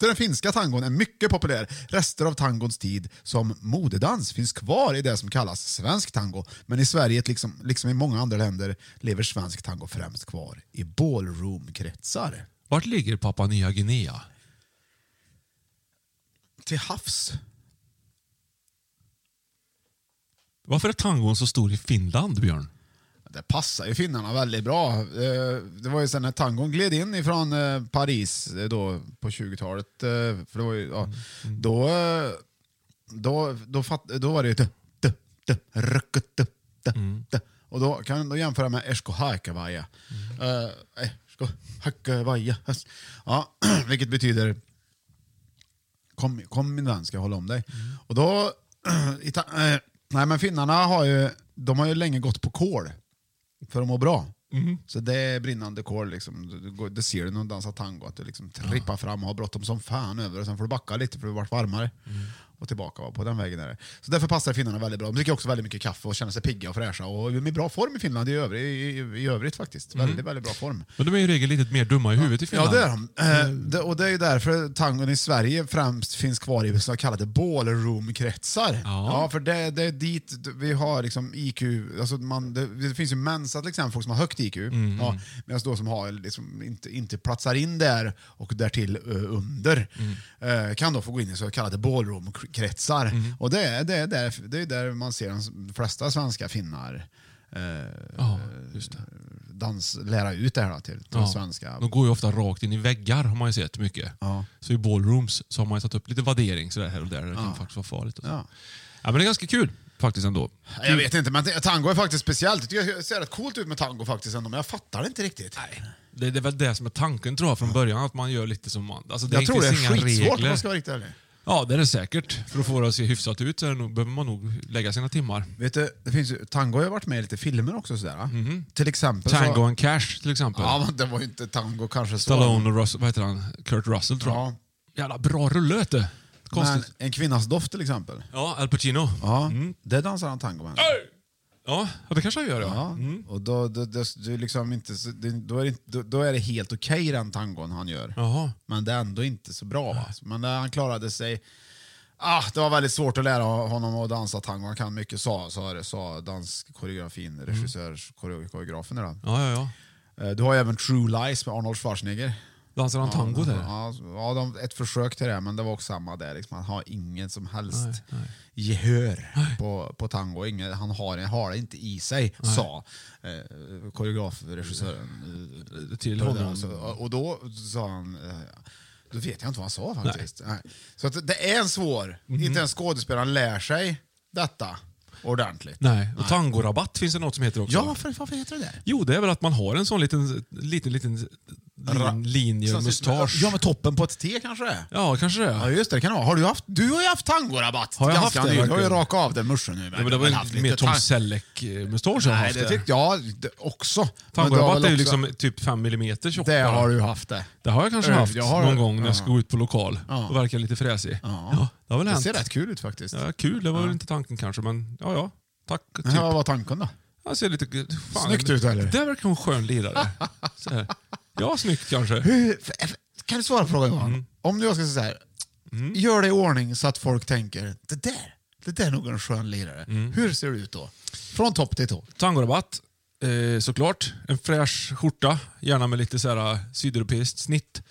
[SPEAKER 1] Där den finska tangon är mycket populär. Rester av tangons tid som modedans finns kvar i det som kallas svensk tango. Men i Sverige, liksom, liksom i många andra länder, lever svensk tango främst kvar i ballroomkretsar.
[SPEAKER 2] Vart ligger Papua Nya Guinea?
[SPEAKER 1] Till havs?
[SPEAKER 2] Varför är tangon så stor i Finland, Björn?
[SPEAKER 1] Det passar ju finnarna väldigt bra. Eh, Det var ju sen när tangon gled in ifrån eh, Paris eh, då på 20-talet. eh, För det var ju, ja, då, eh, då, då, fatt, då var det ju... dö, dö, dö, rucket, dö, dö, dö. Och då kan man då jämföra med Esko Hakavaja. Eh, Esko Hakavaja. Ja, vilket betyder kom, kom min vän, ska jag hålla om dig. Och då, i ta, eh, nej men finnarna har ju, de har ju länge gått på kol för att må bra. Så det är brinnande kol, liksom. Du- du går- det ser du när de dansar tango, att du liksom trippar fram och har bråttom som fan över och sen får du backa lite för det vart varmare. Och tillbaka va, på den vägen. Där. Så därför passar finnarna väldigt bra. De dricker också väldigt mycket kaffe och känner sig pigga och fräscha och de är i bra form i Finland i övrigt, i, i, i övrigt faktiskt. Väldigt, väldigt bra form.
[SPEAKER 2] Men de är ju i regel lite mer dumma i huvudet i
[SPEAKER 1] Ja,
[SPEAKER 2] Finland.
[SPEAKER 1] det är de. Eh, det, och det är ju därför tangon i Sverige främst finns kvar i så kallade ballroom-kretsar.
[SPEAKER 2] Ja.
[SPEAKER 1] för det, det är dit vi har liksom IQ. Alltså man, det, det finns ju mensa till exempel, folk som har högt IQ.
[SPEAKER 2] Mm,
[SPEAKER 1] Ja, Medan de som har, liksom, inte, inte platsar in där och därtill eh, under
[SPEAKER 2] Mm.
[SPEAKER 1] eh, kan då få gå in i så kallade ballroom-kretsar. Och det, är- det, är där, det är där man ser de flesta svenska finnar eh,
[SPEAKER 2] Ja, just det.
[SPEAKER 1] dans, lära ut det här då, till, till
[SPEAKER 2] Ja.
[SPEAKER 1] svenska.
[SPEAKER 2] De går ju ofta rakt in i väggar har man ju sett mycket.
[SPEAKER 1] Ja.
[SPEAKER 2] Så i ballrooms så har man ju satt upp lite vaddering sådär här och där. Det kan faktiskt vara farligt. Och så.
[SPEAKER 1] Ja.
[SPEAKER 2] Ja. men det är ganska kul faktiskt ändå.
[SPEAKER 1] Nej, Jag vet inte, men tango är faktiskt speciellt. Jag tycker det ser rätt coolt ut med tango faktiskt ändå, men jag fattar det inte riktigt. Nej.
[SPEAKER 2] Det, det är väl det som är tanken tror jag från början, att man gör lite som man... Alltså, det
[SPEAKER 1] Jag tror det är
[SPEAKER 2] finns inga
[SPEAKER 1] skitsvårt om
[SPEAKER 2] regler.
[SPEAKER 1] man ska vara riktigt ärlig.
[SPEAKER 2] Ja, det är det säkert. För att få det att se hyfsat ut så är det nog, behöver man nog lägga sina timmar.
[SPEAKER 1] Vet du, det finns ju, tango har ju varit med i lite filmer också. Sådär. Till exempel...
[SPEAKER 2] Tango
[SPEAKER 1] Så,
[SPEAKER 2] and Cash till exempel.
[SPEAKER 1] ja, men det var ju inte tango kanske så.
[SPEAKER 2] Stallone och Russell, vad heter han? Kurt Russell tror jag.
[SPEAKER 1] Ja.
[SPEAKER 2] Jävla bra rulle vet du.
[SPEAKER 1] Men
[SPEAKER 2] Konstigt.
[SPEAKER 1] en kvinnas doft till exempel.
[SPEAKER 2] Ja, Al Pacino.
[SPEAKER 1] Ja, det dansar han tango med.
[SPEAKER 2] Ja, ja, det kanske han gör ja.
[SPEAKER 1] Ja. Och då, då, då, det är liksom inte, så- det- då, är det, inte- då, då är det helt okej den tangon han gör.
[SPEAKER 2] Jaha.
[SPEAKER 1] Men det är ändå inte så bra. Va? Men eh, han klarade sig. Ah, det var väldigt svårt att lära honom att dansa tango. Han kan mycket, sa, sa, sa danskoreografin, regissörskoreografen. där.
[SPEAKER 2] Ja, ja, ja.
[SPEAKER 1] Eh, Du har ju även True Lies med Arnold Schwarzenegger.
[SPEAKER 2] Dansar han tango där?
[SPEAKER 1] Ja, alltså, ja, de, ett försök till det, men det var också samma där. Liksom, han har ingen som helst gehör på, på tango. Ingen, han har, har det inte i sig, sa eh, koreografregissören. eh,
[SPEAKER 2] Till
[SPEAKER 1] på det där.
[SPEAKER 2] honom.
[SPEAKER 1] Så, och då sa han... Eh, då vet jag inte vad han sa faktiskt. Nej. Så att det är en svår...
[SPEAKER 2] Mhm.
[SPEAKER 1] Inte ens skådespelaren lär sig detta ordentligt.
[SPEAKER 2] Nej, och tangorabatt finns det något som heter också.
[SPEAKER 1] Ja, för, varför heter det det?
[SPEAKER 2] Jo, det är väl att man har en sån liten, liten, liten lin, linje och
[SPEAKER 1] Som sitter-
[SPEAKER 2] mustasch.
[SPEAKER 1] Ja, men toppen på ett T kanske det är.
[SPEAKER 2] Ja, kanske det.
[SPEAKER 1] Ja just det, det kan det vara. Har du, haft, du har ju haft tangorabatt.
[SPEAKER 2] Har jag
[SPEAKER 1] ganska
[SPEAKER 2] haft det,
[SPEAKER 1] nyligen. Du har ju
[SPEAKER 2] verkligen?
[SPEAKER 1] rakat av den muschen nu.
[SPEAKER 2] Ja, men det
[SPEAKER 1] du har
[SPEAKER 2] var
[SPEAKER 1] väl
[SPEAKER 2] ju
[SPEAKER 1] haft
[SPEAKER 2] mer
[SPEAKER 1] lite
[SPEAKER 2] Tom eh,
[SPEAKER 1] tang-
[SPEAKER 2] Selleck-mustasch jag har
[SPEAKER 1] Nej,
[SPEAKER 2] haft.
[SPEAKER 1] det
[SPEAKER 2] det.
[SPEAKER 1] tyckte jag det också. Men du har
[SPEAKER 2] Tangorabatt
[SPEAKER 1] väl
[SPEAKER 2] är ju
[SPEAKER 1] också-
[SPEAKER 2] liksom typ fem millimeter tjock.
[SPEAKER 1] Det
[SPEAKER 2] bara.
[SPEAKER 1] har du haft det.
[SPEAKER 2] Det har jag kanske
[SPEAKER 1] Ja,
[SPEAKER 2] haft
[SPEAKER 1] jag har-
[SPEAKER 2] någon gång när jag
[SPEAKER 1] ja.
[SPEAKER 2] ska gå ut på lokal
[SPEAKER 1] Ja.
[SPEAKER 2] och verka lite fräsig.
[SPEAKER 1] Ja.
[SPEAKER 2] det har väl
[SPEAKER 1] Det
[SPEAKER 2] hänt.
[SPEAKER 1] ser rätt kul ut faktiskt.
[SPEAKER 2] Ja, kul, det var väl inte tanken kanske, men ja, ja. Tack. Typ.
[SPEAKER 1] Men Vad var tanken då?
[SPEAKER 2] Jag ser lite... Fan,
[SPEAKER 1] Snyggt ut, eller?
[SPEAKER 2] Det där verkar en skön lirare. Så här. Ja, snyggt kanske.
[SPEAKER 1] Hur- f- f- Kan du svara på frågan Johan? Om jag ska säga så här. Gör det i ordning så att folk tänker, det där, det där är nog en skön lirare. Hur ser det ut då? Från topp till tå.
[SPEAKER 2] Tangorabatt, eh, såklart. En fräsch skjorta, gärna med lite så här, eh, sydeuropeiskt snitt.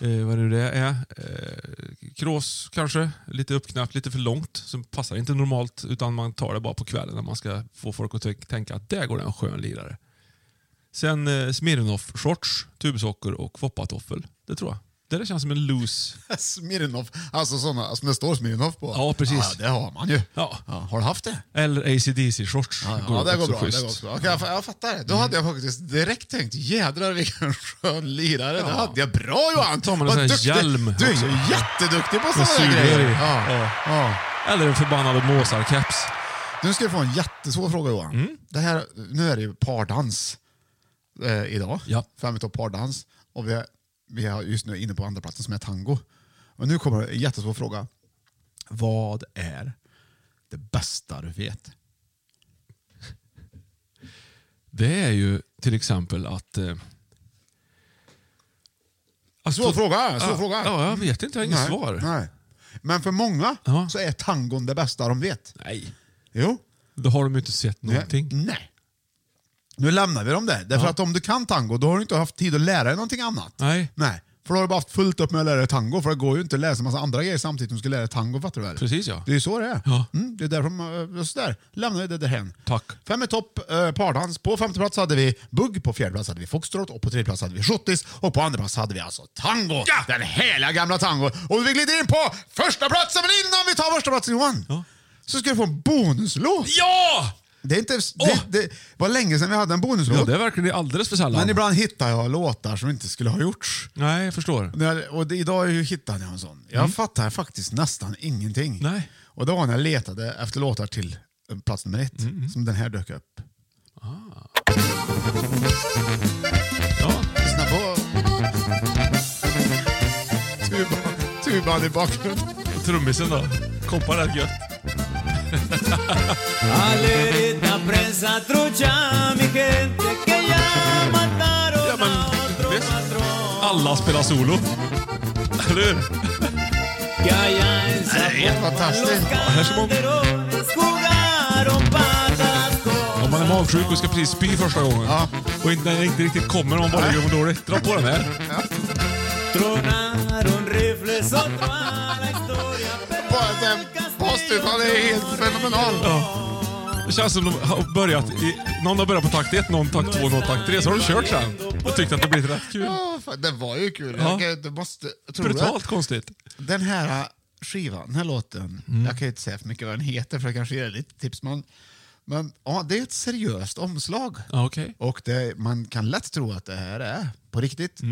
[SPEAKER 2] Eh, vad nu det är. Eh, krås kanske, lite uppknäppt, lite för långt. Som passar inte normalt, utan man tar det bara på kvällen när man ska få folk att tänk- tänka att där går det en skön lirare. Sen eh, Smirnoff-shorts, tubsocker och foppatoffel. Det tror jag. Det där känns som en loose...
[SPEAKER 1] Smirnoff, alltså sådana som det står Smirnoff på.
[SPEAKER 2] Ja, precis.
[SPEAKER 1] Ja, det har man ju.
[SPEAKER 2] Ja.
[SPEAKER 1] har du haft det?
[SPEAKER 2] Eller AC/DC-shorts.
[SPEAKER 1] Ja, ja, det, går bra,
[SPEAKER 2] också
[SPEAKER 1] det går också bra. Okej, jag, fa- jag fattar.
[SPEAKER 2] Mm.
[SPEAKER 1] Då hade jag faktiskt direkt tänkt, jädrar vilken skön lirare. Det hade jag. Bra Johan!
[SPEAKER 2] tar man en
[SPEAKER 1] Vad
[SPEAKER 2] sån här
[SPEAKER 1] duktig.
[SPEAKER 2] hjälm
[SPEAKER 1] Du är
[SPEAKER 2] också.
[SPEAKER 1] ju jätteduktig på
[SPEAKER 2] Med
[SPEAKER 1] sådana
[SPEAKER 2] sugrör i.
[SPEAKER 1] grejer. Ja.
[SPEAKER 2] Ja.
[SPEAKER 1] Ja.
[SPEAKER 2] Eller en förbannad måsarkeps.
[SPEAKER 1] Nu ska du få en jättesvår fråga Johan.
[SPEAKER 2] Mm.
[SPEAKER 1] Det här, nu är det ju pardans eh, idag.
[SPEAKER 2] Ja.
[SPEAKER 1] Fem i topp pardans. Och vi är, vi är just nu inne på andra platsen som är tango. Och nu kommer en jättesvår fråga. Vad är det bästa du vet?
[SPEAKER 2] Det är ju till exempel att... Eh, alltså,
[SPEAKER 1] Svår fråga, svår
[SPEAKER 2] ja,
[SPEAKER 1] fråga.
[SPEAKER 2] Ja, jag vet inte. Jag har inget
[SPEAKER 1] Nej,
[SPEAKER 2] svar. Nej.
[SPEAKER 1] Nej. Men för många
[SPEAKER 2] Ja.
[SPEAKER 1] så är tangon det bästa de vet. Jo.
[SPEAKER 2] Då har de ju inte sett någonting.
[SPEAKER 1] Nej. Nej. Nu lämnar vi dem där. Därför att om du kan tango, då har du inte haft tid att lära dig någonting annat.
[SPEAKER 2] Nej.
[SPEAKER 1] Nej. För då har du bara haft fullt upp med att lära dig tango. För det går ju inte att läsa massa andra grejer samtidigt som du ska lära dig tango. Fattar du väl?
[SPEAKER 2] Precis ja.
[SPEAKER 1] Det är ju så det är.
[SPEAKER 2] Ja.
[SPEAKER 1] Mm, det är därför man, sådär. Lämnar vi det därhän.
[SPEAKER 2] Tack.
[SPEAKER 1] Fem i topp, eh, pardans. På femte plats hade vi bugg, på fjärde plats hade vi foxtrot och på tredje plats hade vi schottis och på andra plats hade vi alltså tango.
[SPEAKER 2] Ja!
[SPEAKER 1] Den hela gamla tango. Och vi glider in på första platsen men innan vi tar första platsen Johan, så ska du få en bonuslåt.
[SPEAKER 2] Ja!
[SPEAKER 1] Det, är inte,
[SPEAKER 2] Åh!
[SPEAKER 1] det, det var länge sedan vi hade en
[SPEAKER 2] Ja,
[SPEAKER 1] bonuslåt.
[SPEAKER 2] det är verkligen alldeles för sällan.
[SPEAKER 1] men ibland hittar jag låtar som inte skulle ha gjorts.
[SPEAKER 2] Nej, jag förstår.
[SPEAKER 1] När, och det, idag hittade jag en sån. Jag fattar faktiskt nästan ingenting.
[SPEAKER 2] Mm. Nej.
[SPEAKER 1] Och det var när jag letade efter låtar till eh, plats nummer ett,
[SPEAKER 2] Mm,
[SPEAKER 1] som den här dök upp.
[SPEAKER 2] Ah. Ja.
[SPEAKER 1] Lyssna på... Tuba, tuban i bakgrunden.
[SPEAKER 2] Och trummisen då? Kompar rätt gött.
[SPEAKER 5] Alerta prensa trucha, mi gente, que ya
[SPEAKER 2] Ja,
[SPEAKER 5] mataron
[SPEAKER 2] men,
[SPEAKER 5] a otro
[SPEAKER 2] visst.
[SPEAKER 5] patrón.
[SPEAKER 2] Alla spelar solo. Eller hur?
[SPEAKER 5] Que allá en
[SPEAKER 1] Helt fantastiskt.
[SPEAKER 2] Här ska man,
[SPEAKER 5] Zapoteros jugaron patas con...
[SPEAKER 2] om man är magsjuk och ska precis spy första gången
[SPEAKER 1] Ja.
[SPEAKER 2] och inte, när det inte riktigt kommer man bara gör dåligt, dra på den här.
[SPEAKER 1] Ah.
[SPEAKER 5] Tronaron rifles, otra la historia, pero
[SPEAKER 1] Bara den Bastuban är helt fenomenal.
[SPEAKER 2] Det känns som de har börjat i, någon har börjat på takt 1, någon takt 2, någon takt 3, så har de kört sen. Jag tyckte att det blivit rätt kul.
[SPEAKER 1] Ja, fan, Den var ju kul.
[SPEAKER 2] Ja.
[SPEAKER 1] Jag kan- du måste, tror du
[SPEAKER 2] Brutalt
[SPEAKER 1] att
[SPEAKER 2] konstigt.
[SPEAKER 1] den här äh, skivan, den här låten,
[SPEAKER 2] Mm.
[SPEAKER 1] jag kan ju inte säga för mycket vad den heter för jag kanske ger lite tips. Men, men ja, det är ett seriöst omslag.
[SPEAKER 2] Ja, okej.
[SPEAKER 1] Och det, man kan lätt tro att det här är på riktigt.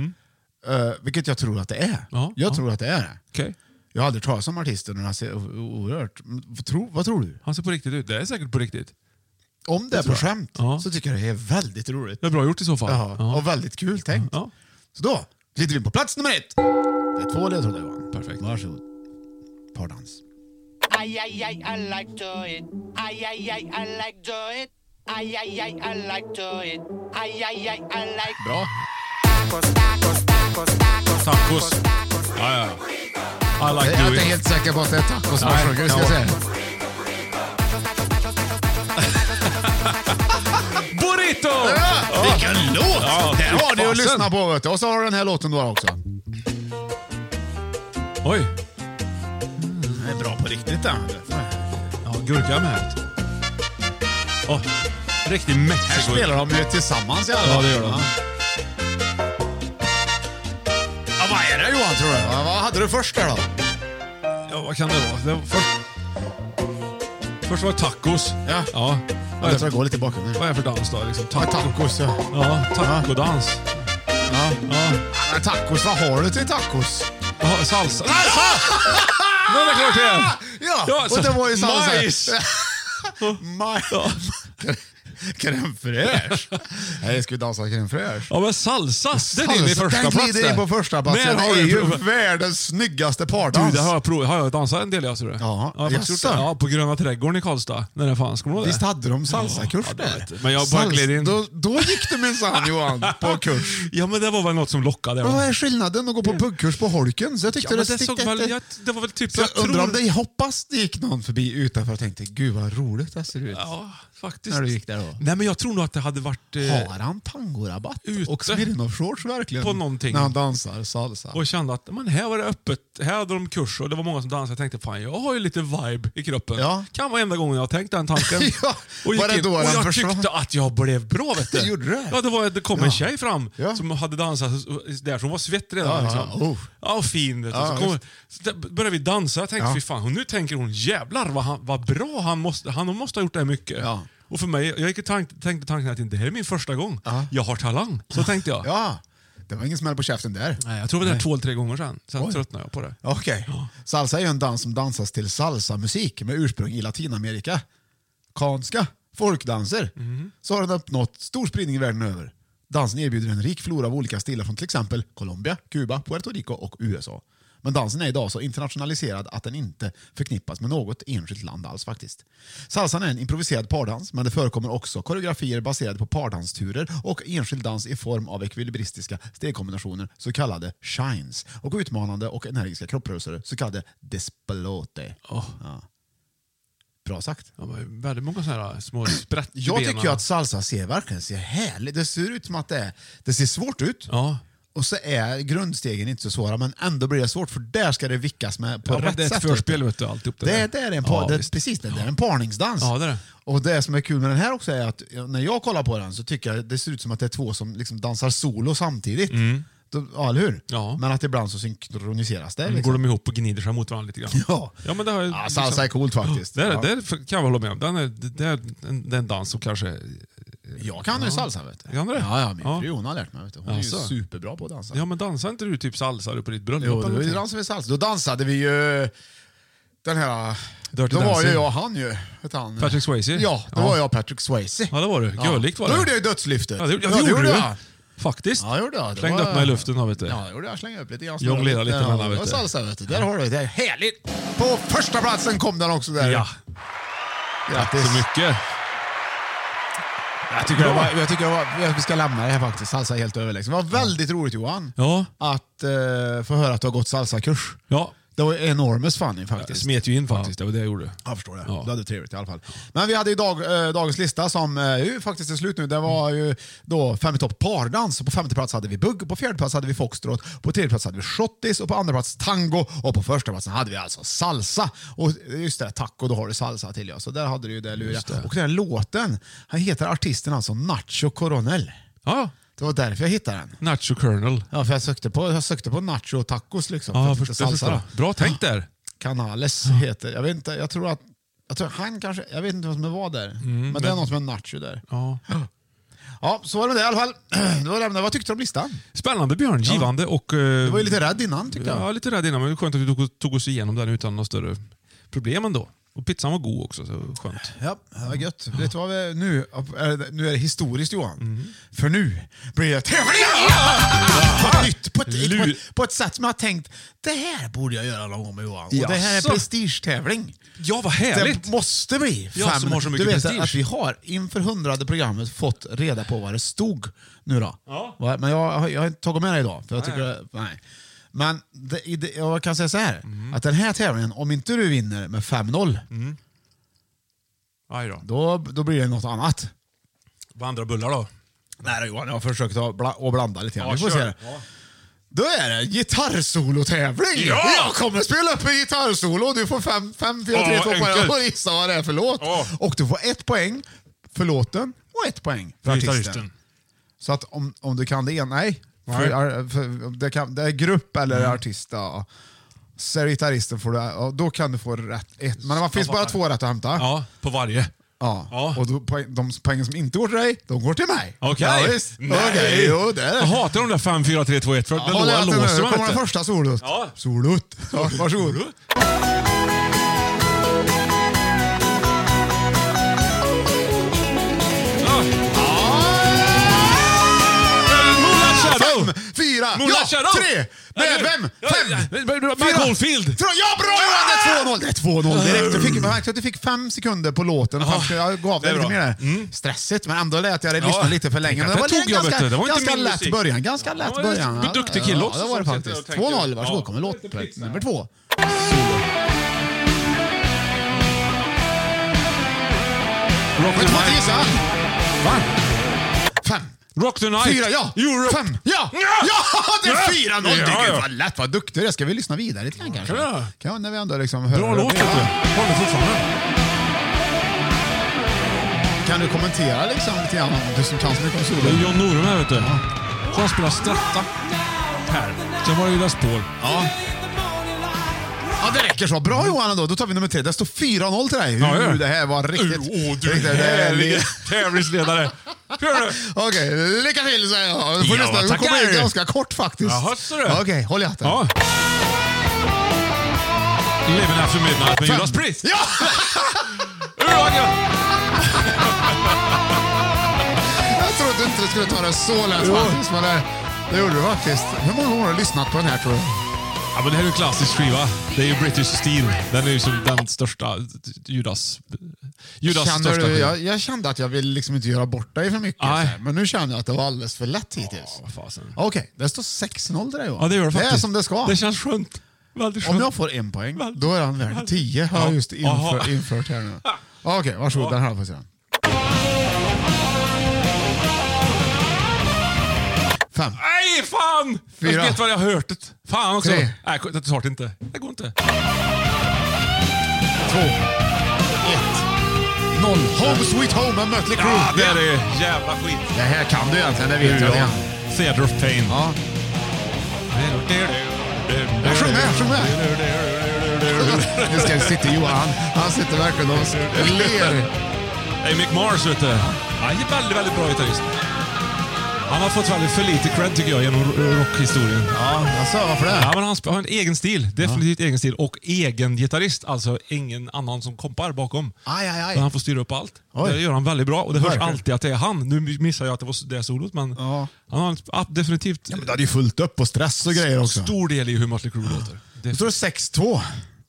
[SPEAKER 1] Eh, vilket jag tror att det är.
[SPEAKER 2] Mm. Ja,
[SPEAKER 1] jag
[SPEAKER 2] ja.
[SPEAKER 1] tror att det är det.
[SPEAKER 2] Okej.
[SPEAKER 1] Jag har aldrig talat som artisten och han ser alltså, o- oerhört... Mm, Vad tror, vad tror du?
[SPEAKER 2] Han ser på riktigt ut. Det är säkert på riktigt.
[SPEAKER 1] Om det är på skämt
[SPEAKER 2] Ja.
[SPEAKER 1] så tycker jag det är väldigt roligt.
[SPEAKER 2] Det är bra gjort i så fall.
[SPEAKER 1] Ja, Och väldigt kul tänkt.
[SPEAKER 2] Ja.
[SPEAKER 1] Så då glider vi in på plats nummer ett. Det är två ledtrådar Johan.
[SPEAKER 2] Perfekt.
[SPEAKER 1] Varsågod. Pardans.
[SPEAKER 5] Ay, ay, ay, I like to it. Ay, ay, ay, I like to it. Ay, ay, ay, I like to it. Ay, ay, ay, I like
[SPEAKER 2] Bra. Tacos, tacos, tacos, tacos. Tacos. Ja, ja. I
[SPEAKER 1] Jag
[SPEAKER 2] like
[SPEAKER 1] är inte
[SPEAKER 2] doing
[SPEAKER 1] helt säker på att det är tacos som
[SPEAKER 2] Nej,
[SPEAKER 1] sjunger. Vi ska
[SPEAKER 2] ja.
[SPEAKER 1] se.
[SPEAKER 2] Burrito!
[SPEAKER 1] Ja, vilken låt!
[SPEAKER 2] Ja,
[SPEAKER 1] det
[SPEAKER 2] fy
[SPEAKER 1] har ni
[SPEAKER 2] fasen.
[SPEAKER 1] att lyssna på. Vet du. Och så har du den här låten då också.
[SPEAKER 2] Oj.
[SPEAKER 1] Den är bra på riktigt den.
[SPEAKER 2] Ja, gurka med. här. Åh, riktig
[SPEAKER 1] Här
[SPEAKER 2] Mexiko.
[SPEAKER 1] spelar de ju tillsammans i alla
[SPEAKER 2] Ja, det gör de.
[SPEAKER 1] Ja, vad är det Johan tror du? Ja, vad hade du först där då?
[SPEAKER 2] Ja, vad kan det vara? Det var först... först var det tacos.
[SPEAKER 1] Ja.
[SPEAKER 2] ja.
[SPEAKER 1] Ja,
[SPEAKER 2] Vad,
[SPEAKER 1] jag tror
[SPEAKER 2] är,
[SPEAKER 1] jag går lite bakom nu.
[SPEAKER 2] vad är det för dans då? Liksom, taco.
[SPEAKER 1] Ja, tacos ja.
[SPEAKER 2] Ja, tacodans.
[SPEAKER 1] ja.
[SPEAKER 2] Ja.
[SPEAKER 1] Men tacos, vad har du till tacos?
[SPEAKER 2] Jaha, salsa. Salsa! Men det är klart det är.
[SPEAKER 1] Ja,
[SPEAKER 2] Ja,
[SPEAKER 1] och det var ju salsa.
[SPEAKER 2] majs.
[SPEAKER 1] Maj... Crème fraîche. Nej, jag skulle dansa crème fraîche.
[SPEAKER 2] Ja, men salsa. Det är din i
[SPEAKER 1] Salsa,
[SPEAKER 2] första
[SPEAKER 1] Alltså, den
[SPEAKER 2] plats
[SPEAKER 1] glider in på första platsen.
[SPEAKER 2] När har
[SPEAKER 1] det är
[SPEAKER 2] du
[SPEAKER 1] ju
[SPEAKER 2] provat?
[SPEAKER 1] världens snyggaste pardans.
[SPEAKER 2] Du, det har jag provat. Har jag dansat en del jag tror det.
[SPEAKER 1] Ja,
[SPEAKER 2] jag har faktiskt
[SPEAKER 1] jaså?
[SPEAKER 2] gjort det. Ja, på Gröna Trädgården i Karlstad. När det fanns. Kommer du ihåg det?
[SPEAKER 1] Visst hade de salsakurs
[SPEAKER 2] Ja, det
[SPEAKER 1] där?
[SPEAKER 2] vet jag. Men jag bara gled in.
[SPEAKER 1] Då, då gick du minsann Johan på kurs.
[SPEAKER 2] Ja, men det var väl något som lockade.
[SPEAKER 1] Men
[SPEAKER 2] va?
[SPEAKER 1] vad är skillnaden att gå på buggkurs på Holken? Så jag
[SPEAKER 2] Ja,
[SPEAKER 1] tyckte
[SPEAKER 2] men
[SPEAKER 1] det,
[SPEAKER 2] det,
[SPEAKER 1] stick
[SPEAKER 2] såg
[SPEAKER 1] efter.
[SPEAKER 2] väl, jag, det var väl typ...
[SPEAKER 1] Så jag undrar om det, jag hoppas det gick någon förbi utanför och tänkte gud vad roligt det ser ut.
[SPEAKER 2] Ja, faktiskt.
[SPEAKER 1] När du gick där då?
[SPEAKER 2] Nej, men jag tror nog att det hade varit... Eh,
[SPEAKER 1] Har han tangorabatt
[SPEAKER 2] ute
[SPEAKER 1] och Smirnoff-shorts verkligen?
[SPEAKER 2] på någonting.
[SPEAKER 1] När han dansar salsa.
[SPEAKER 2] och kände att men här var det öppet, här hade de kurs och det var många som dansade. Jag tänkte fan, jag har ju lite vibe i kroppen.
[SPEAKER 1] Ja.
[SPEAKER 2] Kan vara enda gången jag har tänkt den tanken.
[SPEAKER 1] Ja,
[SPEAKER 2] och gick
[SPEAKER 1] var det
[SPEAKER 2] in,
[SPEAKER 1] då
[SPEAKER 2] och
[SPEAKER 1] den
[SPEAKER 2] jag
[SPEAKER 1] försvann?
[SPEAKER 2] tyckte att jag blev bra. Vet du.
[SPEAKER 1] Gjorde det?
[SPEAKER 2] Ja, det, var, det kom
[SPEAKER 1] Ja.
[SPEAKER 2] en tjej fram
[SPEAKER 1] Ja.
[SPEAKER 2] som hade dansat där, som var svett
[SPEAKER 1] Ja, ja,
[SPEAKER 2] redan. liksom.
[SPEAKER 1] oh.
[SPEAKER 2] ja fin. Vet du.
[SPEAKER 1] Ja,
[SPEAKER 2] så, kom, så där började vi dansa. Jag tänkte,
[SPEAKER 1] Ja.
[SPEAKER 2] fy fan, och nu tänker hon jävlar vad, han, vad bra han måste, han måste ha gjort det här mycket.
[SPEAKER 1] Ja.
[SPEAKER 2] Och för mig, jag gick och tank, tänkte tanken att det här är min första gång. Jag har talang. Så tänkte jag.
[SPEAKER 1] Ja, det var ingen smäll på käften där.
[SPEAKER 2] Nej, jag tror det är två eller tre gånger sen. Sen
[SPEAKER 1] Oj.
[SPEAKER 2] tröttnade jag på det.
[SPEAKER 1] Okej. Salsa är ju en dans som dansas till salsamusik med ursprung i Latinamerika. Kanska folkdanser. Så har den uppnått stor spridning världen över. Dansen erbjuder en rik flora av olika stilar från till exempel Colombia, Kuba, Puerto Rico och USA. Men dansen är idag så internationaliserad att den inte förknippas med något enskilt land alls faktiskt. Salsan är en improviserad pardans, men det förekommer också koreografier baserade på pardansturer och enskild dans i form av ekvilibristiska stegkombinationer, så kallade shines, och utmanande och energiska kropprörelser, så kallade despelote. Ja. Bra sagt.
[SPEAKER 2] Ja, men väldigt många sådana här små sprätt i
[SPEAKER 1] Jag
[SPEAKER 2] benen.
[SPEAKER 1] tycker ju att salsa ser verkligen ser härligt Det ser ut som att det, är- det ser svårt ut.
[SPEAKER 2] Ja.
[SPEAKER 1] Och så är grundstegen inte så svåra, men ändå blir det svårt för där ska det vickas med på
[SPEAKER 2] Ja, men
[SPEAKER 1] rätt
[SPEAKER 2] det är ett
[SPEAKER 1] sätt.
[SPEAKER 2] förspel, vet du, alltihop det
[SPEAKER 1] det,
[SPEAKER 2] där.
[SPEAKER 1] det är en par,
[SPEAKER 2] Ja,
[SPEAKER 1] det,
[SPEAKER 2] visst.
[SPEAKER 1] precis, det, det är en parningsdans.
[SPEAKER 2] Ja, det är det.
[SPEAKER 1] Och det som är kul med den här också är att ja, när jag kollar på den så tycker jag det ser ut som att det är två som liksom dansar solo samtidigt. Då, ja, eller hur?
[SPEAKER 2] Mm. Ja.
[SPEAKER 1] Men att ibland så synkroniseras det.
[SPEAKER 2] Liksom.
[SPEAKER 1] Liksom.
[SPEAKER 2] Går de ihop och gnider sig mot varandra lite grann.
[SPEAKER 1] Ja.
[SPEAKER 2] ja men det har, jag liksom-
[SPEAKER 1] Ja, salsa är coolt faktiskt.
[SPEAKER 2] Det, är-
[SPEAKER 1] Ja.
[SPEAKER 2] det är- kan jag hålla med om. Den är, det är en, det är en dans som kanske...
[SPEAKER 1] Jag kan ju salsa vet du.
[SPEAKER 2] Kan du det?
[SPEAKER 1] Ja, ja, min
[SPEAKER 2] Ja.
[SPEAKER 1] fru hon har lärt mig. Vet du. Hon är
[SPEAKER 2] Jaså?
[SPEAKER 1] ju superbra på att dansa.
[SPEAKER 2] Ja men dansar inte du typ salsa du på ditt bröllop?
[SPEAKER 1] Jo,
[SPEAKER 2] eller
[SPEAKER 1] då
[SPEAKER 2] någonting?
[SPEAKER 1] dansade vi salsa. Då dansade vi ju den här...
[SPEAKER 2] Dirty
[SPEAKER 1] då var
[SPEAKER 2] Dancing.
[SPEAKER 1] ju jag han ju. Vet han.
[SPEAKER 2] Patrick Swayze?
[SPEAKER 1] Ja, då
[SPEAKER 2] Ja.
[SPEAKER 1] var jag Patrick Swayze.
[SPEAKER 2] Ja, det var du. Görlikt var
[SPEAKER 1] Då
[SPEAKER 2] det.
[SPEAKER 1] gjorde jag ju dödslyftet.
[SPEAKER 2] Ja, det, ja, det gjorde du.
[SPEAKER 1] jag.
[SPEAKER 2] Faktiskt.
[SPEAKER 1] Ja, det gjorde jag. Det
[SPEAKER 2] Slängde
[SPEAKER 1] var-
[SPEAKER 2] upp mig i luften då vet du.
[SPEAKER 1] Ja, det gjorde jag. Slängde upp lite grann.
[SPEAKER 2] Jonglera lite
[SPEAKER 1] Ja,
[SPEAKER 2] med alla,
[SPEAKER 1] det
[SPEAKER 2] vet
[SPEAKER 1] var
[SPEAKER 2] du.
[SPEAKER 1] salsa, vet du. Där har du det. Det är härligt. På första platsen kom den också där.
[SPEAKER 2] Ja,
[SPEAKER 1] Grattis.
[SPEAKER 2] så mycket.
[SPEAKER 1] Jag tycker, det var, jag tycker det var, jag- vi ska lämna det här faktiskt. Salsa är helt överlägsen. Det var väldigt roligt Johan.
[SPEAKER 2] liksom. Ja.
[SPEAKER 1] Att eh, få höra att du har gått salsakurs.
[SPEAKER 2] Ja.
[SPEAKER 1] Det var enormous funny
[SPEAKER 2] Jag
[SPEAKER 1] faktiskt.
[SPEAKER 2] smet ju in faktiskt, det var det jag gjorde.
[SPEAKER 1] Jag förstår det.
[SPEAKER 2] Ja.
[SPEAKER 1] Du hade trevligt i alla fall. Men vi hade ju dag, eh, dagens lista som eh, är ju faktiskt är slut nu. Det var ju då fem i topp pardans. Och På femte plats hade vi bugg, på fjärde plats hade vi foxtrot, på tredje plats hade vi shottis och på andra plats tango och på första platsen hade vi alltså salsa. Och just det, taco, då har du salsa till ja. Så där hade du ju det luriga. Och den här låten, han heter artisten alltså Nacho Coronel.
[SPEAKER 2] Ja,
[SPEAKER 1] Det var därför jag hittade den.
[SPEAKER 2] Nacho Colonel.
[SPEAKER 1] Ja, för jag sökte på, jag sökte på nacho och tacos liksom. för
[SPEAKER 2] Ja,
[SPEAKER 1] att
[SPEAKER 2] först,
[SPEAKER 1] hitta salsa
[SPEAKER 2] förstår.
[SPEAKER 1] då.
[SPEAKER 2] Bra tänkt där.
[SPEAKER 1] Canales heter. Jag vet inte, jag tror att jag tror han kanske, jag vet inte vad som var där. men, det är något med nacho där.
[SPEAKER 2] Mm, Ja.
[SPEAKER 1] Ja, så var det med det i alla fall. Det var det. Vad tyckte du om listan?
[SPEAKER 2] Spännande Björn, givande och... eh,
[SPEAKER 1] Du var ju lite rädd innan tyckte
[SPEAKER 2] Ja,
[SPEAKER 1] jag.
[SPEAKER 2] lite rädd innan, men det är skönt att du tog, tog oss igenom den utan några större problem ändå. Och pizzan var god också, så skönt.
[SPEAKER 1] Ja, det var gött. Vet du vad vi, nu, är det, nu är det historiskt Johan.
[SPEAKER 2] Mm.
[SPEAKER 1] För nu blir det tävlingar! På ett nytt, på ett, på, ett, på ett sätt som jag har tänkt, det här borde jag göra någon gång med Johan. Och det här är
[SPEAKER 2] Jaså?
[SPEAKER 1] prestigetävling.
[SPEAKER 2] Ja, vad härligt!
[SPEAKER 1] Det måste bli fem.
[SPEAKER 2] Ja, som har så mycket
[SPEAKER 1] du vet
[SPEAKER 2] prestige.
[SPEAKER 1] att vi har inför hundrade programmet fått reda på vad det stod nu då. Va? Men jag, har- jag har inte tagit med det idag. För jag tycker, det- nej. Men det, i det, jag kan säga så här, att den här tävlingen, om inte du vinner med 5-0,
[SPEAKER 2] Aj då.
[SPEAKER 1] Mm. då, då blir det något annat.
[SPEAKER 2] Vad andra bullar då?
[SPEAKER 1] Nej då, Johan, jag har försökt att, bla, att blanda lite grann.
[SPEAKER 2] Ja,
[SPEAKER 1] vi får
[SPEAKER 2] kör.
[SPEAKER 1] se. det. Då är det gitarrsolotävling!
[SPEAKER 2] Ja!
[SPEAKER 1] Jag kommer spela upp en gitarrsolo. Du får fem, fem, fyra,
[SPEAKER 2] Ja,
[SPEAKER 1] tre, två poäng
[SPEAKER 2] enkelt.
[SPEAKER 1] och gissa vad det är för låt.
[SPEAKER 2] Ja.
[SPEAKER 1] Och du får ett poäng för låten och ett poäng för artisten. Så att om, om du kan det ena, nej. För,
[SPEAKER 2] Nej. Mm.
[SPEAKER 1] ar- för, det, kan, det är grupp eller artist. Ja. Så är det gitarristen får du, ja, då kan du få rätt. Ett. Men det finns bara
[SPEAKER 2] fattar.
[SPEAKER 1] två rätt att hämta.
[SPEAKER 2] Ja, på varje.
[SPEAKER 1] Ja.
[SPEAKER 2] Ja.
[SPEAKER 1] Och då, poäng, de poängen som inte går till dig, de går till mig.
[SPEAKER 2] Okej.
[SPEAKER 1] Ja, visst.
[SPEAKER 2] Nej.
[SPEAKER 1] Okej, jo det är
[SPEAKER 2] Jag
[SPEAKER 1] det.
[SPEAKER 2] hatar de där 5, 4, 3, 2, 1. För ja,
[SPEAKER 1] Håll i hatten nu,
[SPEAKER 2] låser
[SPEAKER 1] nu
[SPEAKER 2] man
[SPEAKER 1] kommer det
[SPEAKER 2] inte.
[SPEAKER 1] första solot.
[SPEAKER 2] Ja.
[SPEAKER 1] Solot. Ja, varsågod.
[SPEAKER 2] Ja. Eh, Moonlight Shadow.
[SPEAKER 1] Fem, fyra,
[SPEAKER 2] Moonlight
[SPEAKER 1] ja,
[SPEAKER 2] Shadow.
[SPEAKER 1] tre. Med
[SPEAKER 2] du-
[SPEAKER 1] vem?
[SPEAKER 2] Ja,
[SPEAKER 1] Fem,
[SPEAKER 2] ja, men- men- men-
[SPEAKER 1] fyra,
[SPEAKER 2] Mike Oldfield.
[SPEAKER 1] tre. Ja, bra Johan! Det är 2-0. Det är 2-0 direkt. Du fick, man märkte att du fick fem sekunder på låten. och
[SPEAKER 2] Ja,
[SPEAKER 1] kanske jag gav
[SPEAKER 2] det är
[SPEAKER 1] dig lite
[SPEAKER 2] bra. Mm.
[SPEAKER 1] mer där. Stressigt, men ändå lät jag dig lyssna
[SPEAKER 2] Ja,
[SPEAKER 1] lite för länge. Men
[SPEAKER 2] tänk att
[SPEAKER 1] det var
[SPEAKER 2] det tog jag,
[SPEAKER 1] ganska,
[SPEAKER 2] vet du. Det var inte
[SPEAKER 1] ganska
[SPEAKER 2] min
[SPEAKER 1] lätt
[SPEAKER 2] musik.
[SPEAKER 1] början. Ganska
[SPEAKER 2] Ja, det
[SPEAKER 1] lätt
[SPEAKER 2] var en
[SPEAKER 1] början. Ja,
[SPEAKER 2] duktig kille också
[SPEAKER 1] Ja, det var det
[SPEAKER 2] som sitter och
[SPEAKER 1] faktiskt.
[SPEAKER 2] tänker.
[SPEAKER 1] 2-0. Varsågod,
[SPEAKER 2] Ja.
[SPEAKER 1] kommer låt på
[SPEAKER 2] Lite
[SPEAKER 1] nummer två.
[SPEAKER 2] Rock
[SPEAKER 1] Men
[SPEAKER 2] the
[SPEAKER 1] du får inte
[SPEAKER 2] night.
[SPEAKER 1] gissa. Fem.
[SPEAKER 2] Rock the night.
[SPEAKER 1] Fyra, ja!
[SPEAKER 2] Europe.
[SPEAKER 1] Fem, ja!
[SPEAKER 2] Ja!
[SPEAKER 1] Ja, det
[SPEAKER 2] Ja!
[SPEAKER 1] är fyra noll!
[SPEAKER 2] Ja,
[SPEAKER 1] Gud
[SPEAKER 2] ja.
[SPEAKER 1] vad lätt, vad duktig du är. Ska vi lyssna vidare lite grann kanske?
[SPEAKER 2] kan vi göra.
[SPEAKER 1] Kan när vi ändå liksom hör
[SPEAKER 2] Bra låt vet du. Håller fortfarande.
[SPEAKER 1] Kan du kommentera liksom lite grann? Du som kan så mycket om
[SPEAKER 2] Det är
[SPEAKER 1] solo.
[SPEAKER 2] John Norum här vet du. Så han spelar stratta. Här. Sen var det Judas Paul.
[SPEAKER 1] Ja. Ja, det räcker så. Bra Johan ändå. Då tar vi nummer tre. Det står 4-0 till dig.
[SPEAKER 2] Ja, det gör det.
[SPEAKER 1] Uh, det här var riktigt...
[SPEAKER 2] Åh, du
[SPEAKER 1] riktigt
[SPEAKER 2] härlige
[SPEAKER 1] härligt.
[SPEAKER 2] tävlingsledare. Kör nu.
[SPEAKER 1] Okej, lycka till säger jag. Du får
[SPEAKER 2] Ja,
[SPEAKER 1] nästan- du
[SPEAKER 2] tackar.
[SPEAKER 1] kommer in ganska kort faktiskt.
[SPEAKER 2] Jaha, så du.
[SPEAKER 1] Okej, håll i hatten.
[SPEAKER 2] Ja. Living after midnight med Judas Priest.
[SPEAKER 1] Ja!
[SPEAKER 2] Uraga!
[SPEAKER 1] Jag trodde inte du skulle ta det så lätt faktiskt, men det, det gjorde du faktiskt. Hur många gånger har du lyssnat på den här tror du?
[SPEAKER 2] Ja, men det här är en klassisk skiva. Det är ju British Steel. Den är ju som den största Judas... Judas
[SPEAKER 1] Känner
[SPEAKER 2] största
[SPEAKER 1] du,
[SPEAKER 2] skiva.
[SPEAKER 1] jag, jag kände att jag ville liksom inte göra bort dig för mycket, så
[SPEAKER 2] Nej.
[SPEAKER 1] här, men nu känner jag att det var alldeles för lätt hittills.
[SPEAKER 2] Vad fasen.
[SPEAKER 1] Okej, det står 6-0 till dig Johan.
[SPEAKER 2] Ja, det gör det faktiskt.
[SPEAKER 1] är som det ska.
[SPEAKER 2] Det känns skönt. Väldigt skönt.
[SPEAKER 1] Om jag får en poäng,
[SPEAKER 2] Väl-
[SPEAKER 1] då är han värd 10. Har jag
[SPEAKER 2] Ja.
[SPEAKER 1] just inför,
[SPEAKER 2] Aha.
[SPEAKER 1] infört här nu. Okej, varsågod. Den här får jag se. Fem.
[SPEAKER 2] Nej, Tre! Fan!
[SPEAKER 1] Fyra.
[SPEAKER 2] Jag vet vad jag har hört det. Fan också.
[SPEAKER 1] Tre.
[SPEAKER 2] Nej, det tar det inte. Det går inte.
[SPEAKER 1] Två. Ett. Noll. Home sweet home med Mötley Crüe.
[SPEAKER 2] Ja, det är det. Jävla skit.
[SPEAKER 1] Det här kan du egentligen, det vet jag redan.
[SPEAKER 2] Theater of Pain.
[SPEAKER 1] Ja. Jag sjöng med, jag sjöng med. Nu ska jag sitta Johan. Han sitter verkligen och ler.
[SPEAKER 2] Det är Mick Mars, vet du. Han är väldigt, väldigt bra gitarrist. Han har fått väldigt för lite cred, tycker jag, genom ro- rockhistorien.
[SPEAKER 1] Ja, jag sa varför
[SPEAKER 2] Ja,
[SPEAKER 1] det?
[SPEAKER 2] men han sp- har en egen stil. Definitivt egen stil. Och egen gitarrist. Alltså ingen annan som kompar bakom.
[SPEAKER 1] Aj, aj,
[SPEAKER 2] Men
[SPEAKER 1] aj.
[SPEAKER 2] han får styra upp allt.
[SPEAKER 1] Oj.
[SPEAKER 2] Det gör han väldigt bra. Och det hörs
[SPEAKER 1] Verkligen.
[SPEAKER 2] alltid att det är han. Nu missar jag att det var det solot, men
[SPEAKER 1] Ja.
[SPEAKER 2] han har en, ja, definitivt
[SPEAKER 1] Men det hade ju fullt upp och stress och grejer också.
[SPEAKER 2] stor del i hur Mötley Crüe låter. Det-
[SPEAKER 1] Jag tror det är 6-2.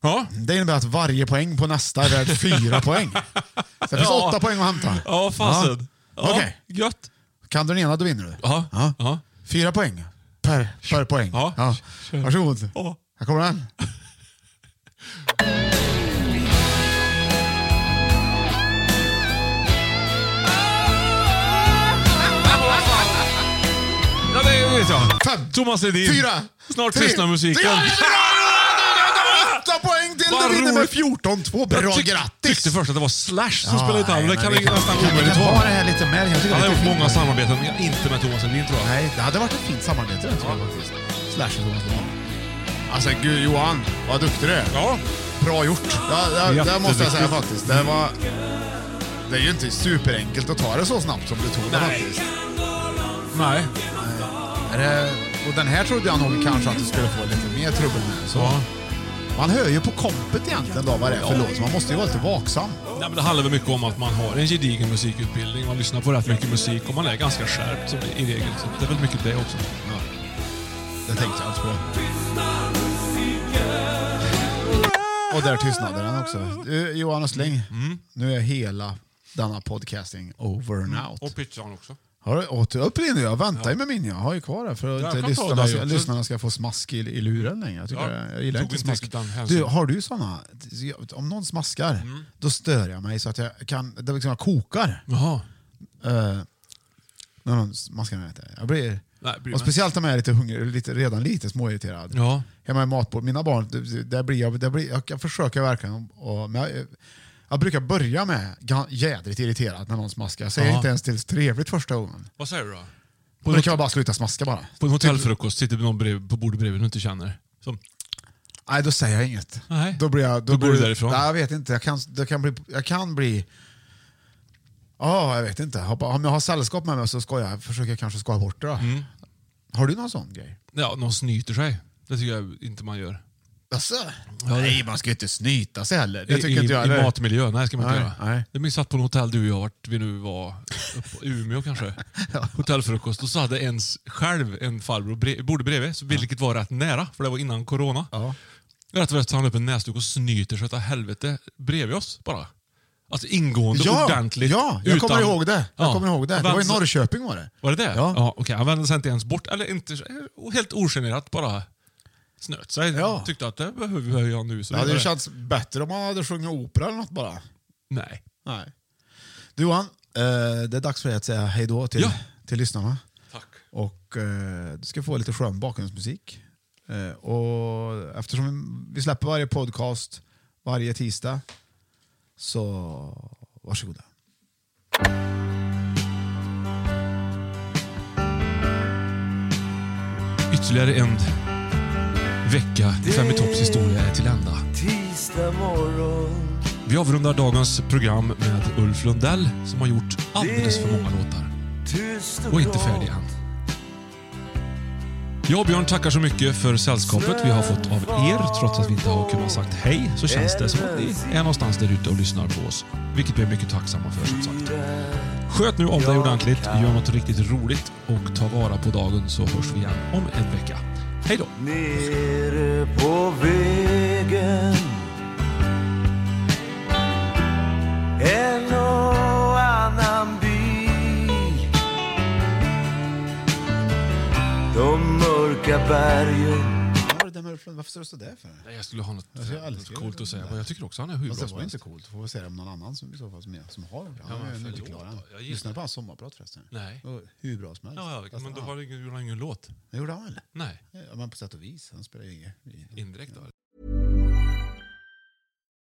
[SPEAKER 2] Ja.
[SPEAKER 1] Det innebär att varje poäng på nästa är värd fyra poäng. Så det finns
[SPEAKER 2] Ja.
[SPEAKER 1] åtta poäng att hämta.
[SPEAKER 2] Ja, fasen.
[SPEAKER 1] Ja.
[SPEAKER 2] Ja.
[SPEAKER 1] Okej.
[SPEAKER 2] Gött.
[SPEAKER 1] Kan du den ena, då vinner du.
[SPEAKER 2] Ja.
[SPEAKER 1] Ja.
[SPEAKER 2] Ja.
[SPEAKER 1] Fyra poäng per, per poäng.
[SPEAKER 2] Ja.
[SPEAKER 1] Varsågod.
[SPEAKER 2] Ja.
[SPEAKER 1] Här kommer den.
[SPEAKER 2] Ja, det vet jag.
[SPEAKER 1] Fem.
[SPEAKER 2] Thomas Ledin.
[SPEAKER 1] Fyra.
[SPEAKER 2] Snart
[SPEAKER 1] tre.
[SPEAKER 2] tystnar musiken.
[SPEAKER 1] Ja, det är bra! Du har Åtta poäng till!
[SPEAKER 2] Vad
[SPEAKER 1] Du vinner med
[SPEAKER 2] roligt.
[SPEAKER 1] 14-2.
[SPEAKER 2] Jag
[SPEAKER 1] Bra,
[SPEAKER 2] tyck-
[SPEAKER 1] grattis!
[SPEAKER 2] tyckte först att det var Slash som
[SPEAKER 1] Ja,
[SPEAKER 2] spelade gitarr,
[SPEAKER 1] nej,
[SPEAKER 2] men
[SPEAKER 1] men
[SPEAKER 2] det kan
[SPEAKER 1] vi
[SPEAKER 2] ju nästan omöjligt
[SPEAKER 1] Vi kan ta det
[SPEAKER 2] vara.
[SPEAKER 1] här lite mer. Jag tycker
[SPEAKER 2] Han
[SPEAKER 1] det är
[SPEAKER 2] har gjort
[SPEAKER 1] fint.
[SPEAKER 2] många samarbeten, men inte med Thomas Ledin tror jag.
[SPEAKER 1] Nej, det hade varit ett fint samarbete. tror jag faktiskt. Slash och Thomas Ledin. Alltså, gud Johan, vad duktig du är.
[SPEAKER 2] Ja.
[SPEAKER 1] Bra gjort. Ja, ja, det måste jag säga faktiskt. Det var... Det är ju inte superenkelt att ta det så snabbt som du tog det
[SPEAKER 2] Nej.
[SPEAKER 1] faktiskt.
[SPEAKER 2] Nej.
[SPEAKER 1] Är det- Och den här trodde jag nog kanske att du skulle få lite mer trubbel med. Så.
[SPEAKER 2] Ja.
[SPEAKER 1] Man hör ju på kompet egentligen då vad det är för låt, så man måste ju vara lite vaksam.
[SPEAKER 2] Nej, men det handlar väl mycket om att man har en gedigen musikutbildning, man lyssnar på rätt mycket musik och man är ganska skärpt som i regel. Så det är väl mycket det också.
[SPEAKER 1] Det tänkte jag inte på. Och där tystnade den också. Du, Johan Östling,
[SPEAKER 2] Mm.
[SPEAKER 1] nu är hela denna podcasting over and out.
[SPEAKER 2] pizzan också.
[SPEAKER 1] Har du åt upp din nu? Jag väntar ju med min. Jag har ju kvar det för
[SPEAKER 2] Jag
[SPEAKER 1] att
[SPEAKER 2] kan
[SPEAKER 1] inte
[SPEAKER 2] ta
[SPEAKER 1] lyssnarna,
[SPEAKER 2] dig
[SPEAKER 1] ska,
[SPEAKER 2] också.
[SPEAKER 1] lyssnarna ska få smask i, i luren längre. Jag, tycker
[SPEAKER 2] Ja,
[SPEAKER 1] det- jag gillar
[SPEAKER 2] tog
[SPEAKER 1] inte
[SPEAKER 2] inte
[SPEAKER 1] smask.
[SPEAKER 2] riktigt den hänsyn. Mm.
[SPEAKER 1] Du, har du sådana? Om någon smaskar, då stör jag mig så att jag kan... Det är liksom jag kokar.
[SPEAKER 2] Jaha.
[SPEAKER 1] Eh, när någon smaskar mig. Jag blir,
[SPEAKER 2] Nej, bryr
[SPEAKER 1] och
[SPEAKER 2] mig.
[SPEAKER 1] speciellt om jag är lite hungrig, lite, redan lite småirriterad.
[SPEAKER 2] Ja.
[SPEAKER 1] Hemma i matbordet, mina barn, det- det- där blir jag, där blir, jag, jag försöker verkligen. Och, men jag, jag brukar börja med ga- jädrigt irriterad när någon smaskar. Jag säger
[SPEAKER 2] Ja.
[SPEAKER 1] inte ens till trevligt första gången.
[SPEAKER 2] Vad säger du då?
[SPEAKER 1] Då brukar jag bara sluta smaska bara.
[SPEAKER 2] På en hotellfrukost sitter någon brev, på bordet bredvid du inte känner. Som,
[SPEAKER 1] Nej, då säger jag inget.
[SPEAKER 2] Nej.
[SPEAKER 1] Då blir jag... Då,
[SPEAKER 2] Då går
[SPEAKER 1] blir,
[SPEAKER 2] du därifrån.
[SPEAKER 1] Nej, jag vet inte. Jag kan, det kan bli... Jag kan bli Ja, jag vet inte. Hoppa- Om jag har sällskap med mig så ska jag, försöker jag kanske skoja bort det. då.
[SPEAKER 2] Mm.
[SPEAKER 1] Har du någon sån grej?
[SPEAKER 2] ja, någon snyter sig. Det tycker jag inte man gör.
[SPEAKER 1] Alltså, nej, man ska ju inte snyta sig heller. Det tycker
[SPEAKER 2] I,
[SPEAKER 1] inte jag
[SPEAKER 2] I
[SPEAKER 1] heller.
[SPEAKER 2] matmiljö, nej det ska man inte
[SPEAKER 1] Nej,
[SPEAKER 2] göra.
[SPEAKER 1] nej.
[SPEAKER 2] Det minns jag satt på något hotell du och jag, vart vi nu var, uppe i Umeå kanske. Hotellfrukost. Och så hade ens själv en farbror bre- borde bredvid, så, vilket var rätt nära, för det var innan corona.
[SPEAKER 1] Ja.
[SPEAKER 2] Rätt vad det är så tar han upp en näsduk och snyter så att helvete bredvid oss bara. Alltså ingående,
[SPEAKER 1] Ja,
[SPEAKER 2] ordentligt.
[SPEAKER 1] ja, jag kommer ihåg det. Jag
[SPEAKER 2] Ja.
[SPEAKER 1] kommer ihåg det. Det
[SPEAKER 2] Han
[SPEAKER 1] var i
[SPEAKER 2] vände sig-
[SPEAKER 1] Norrköping var det.
[SPEAKER 2] Var det det?
[SPEAKER 1] Ja.
[SPEAKER 2] ja Okej, han vände sig inte ens bort, eller inte, helt ogenerat bara snöt sig.
[SPEAKER 1] Ja.
[SPEAKER 2] Tyckte att det behöver jag nu. Så
[SPEAKER 1] Det hade ju
[SPEAKER 2] vidare.
[SPEAKER 1] känts bättre om man hade sjungit opera eller något bara.
[SPEAKER 2] Nej.
[SPEAKER 1] Nej. Du Johan, eh, det är dags för dig att säga hej då till,
[SPEAKER 2] Ja.
[SPEAKER 1] till lyssnarna.
[SPEAKER 2] Tack.
[SPEAKER 1] Och eh, du ska få lite skön bakgrundsmusik. Eh, och eftersom vi släpper varje podcast varje tisdag så varsågoda.
[SPEAKER 2] Ytterligare en vecka i Femitops historia är till ända. Vi avrundar dagens program med Ulf Lundell som har gjort alldeles för många låtar. Och inte färdig än. Jag och Björn tackar så mycket för sällskapet vi har fått av er. Trots att vi inte har kunnat sagt hej så känns det som att ni är någonstans där ute och lyssnar på oss. Vilket vi är mycket tacksamma för som sagt. Sköt nu om dig ordentligt, gör något riktigt roligt och ta vara på dagen så hörs vi igen om en vecka. Hej då!
[SPEAKER 5] Nere på vägen En och annan bil De mörka bergen
[SPEAKER 1] Ulf för, varför sa du sådär för?
[SPEAKER 2] Nej, Jag skulle ha något,
[SPEAKER 1] Alltså, jag
[SPEAKER 2] något
[SPEAKER 1] älskar
[SPEAKER 2] coolt
[SPEAKER 1] det.
[SPEAKER 2] att säga. Men jag tycker också att han är hur
[SPEAKER 1] Fast
[SPEAKER 2] bra
[SPEAKER 1] det
[SPEAKER 2] som
[SPEAKER 1] var inte
[SPEAKER 2] helst.
[SPEAKER 1] coolt. Får vi se om någon annan som, i så fall, som, jag, som har det. Han
[SPEAKER 2] men
[SPEAKER 1] är ju inte
[SPEAKER 2] förlåt
[SPEAKER 1] klar
[SPEAKER 2] då.
[SPEAKER 1] än.
[SPEAKER 2] Jag gillar-
[SPEAKER 1] Lyssnade på hans sommarprat förresten.
[SPEAKER 2] Nej.
[SPEAKER 1] Det var Hur bra som helst.
[SPEAKER 2] Ja, ja,
[SPEAKER 1] Fast
[SPEAKER 2] men då
[SPEAKER 1] han-
[SPEAKER 2] har han ingen, gjorde han ingen låt.
[SPEAKER 1] Det gjorde han väl?
[SPEAKER 2] Nej,
[SPEAKER 1] Ja, men på sätt och vis. Han spelar ju inget.
[SPEAKER 2] indirekt då.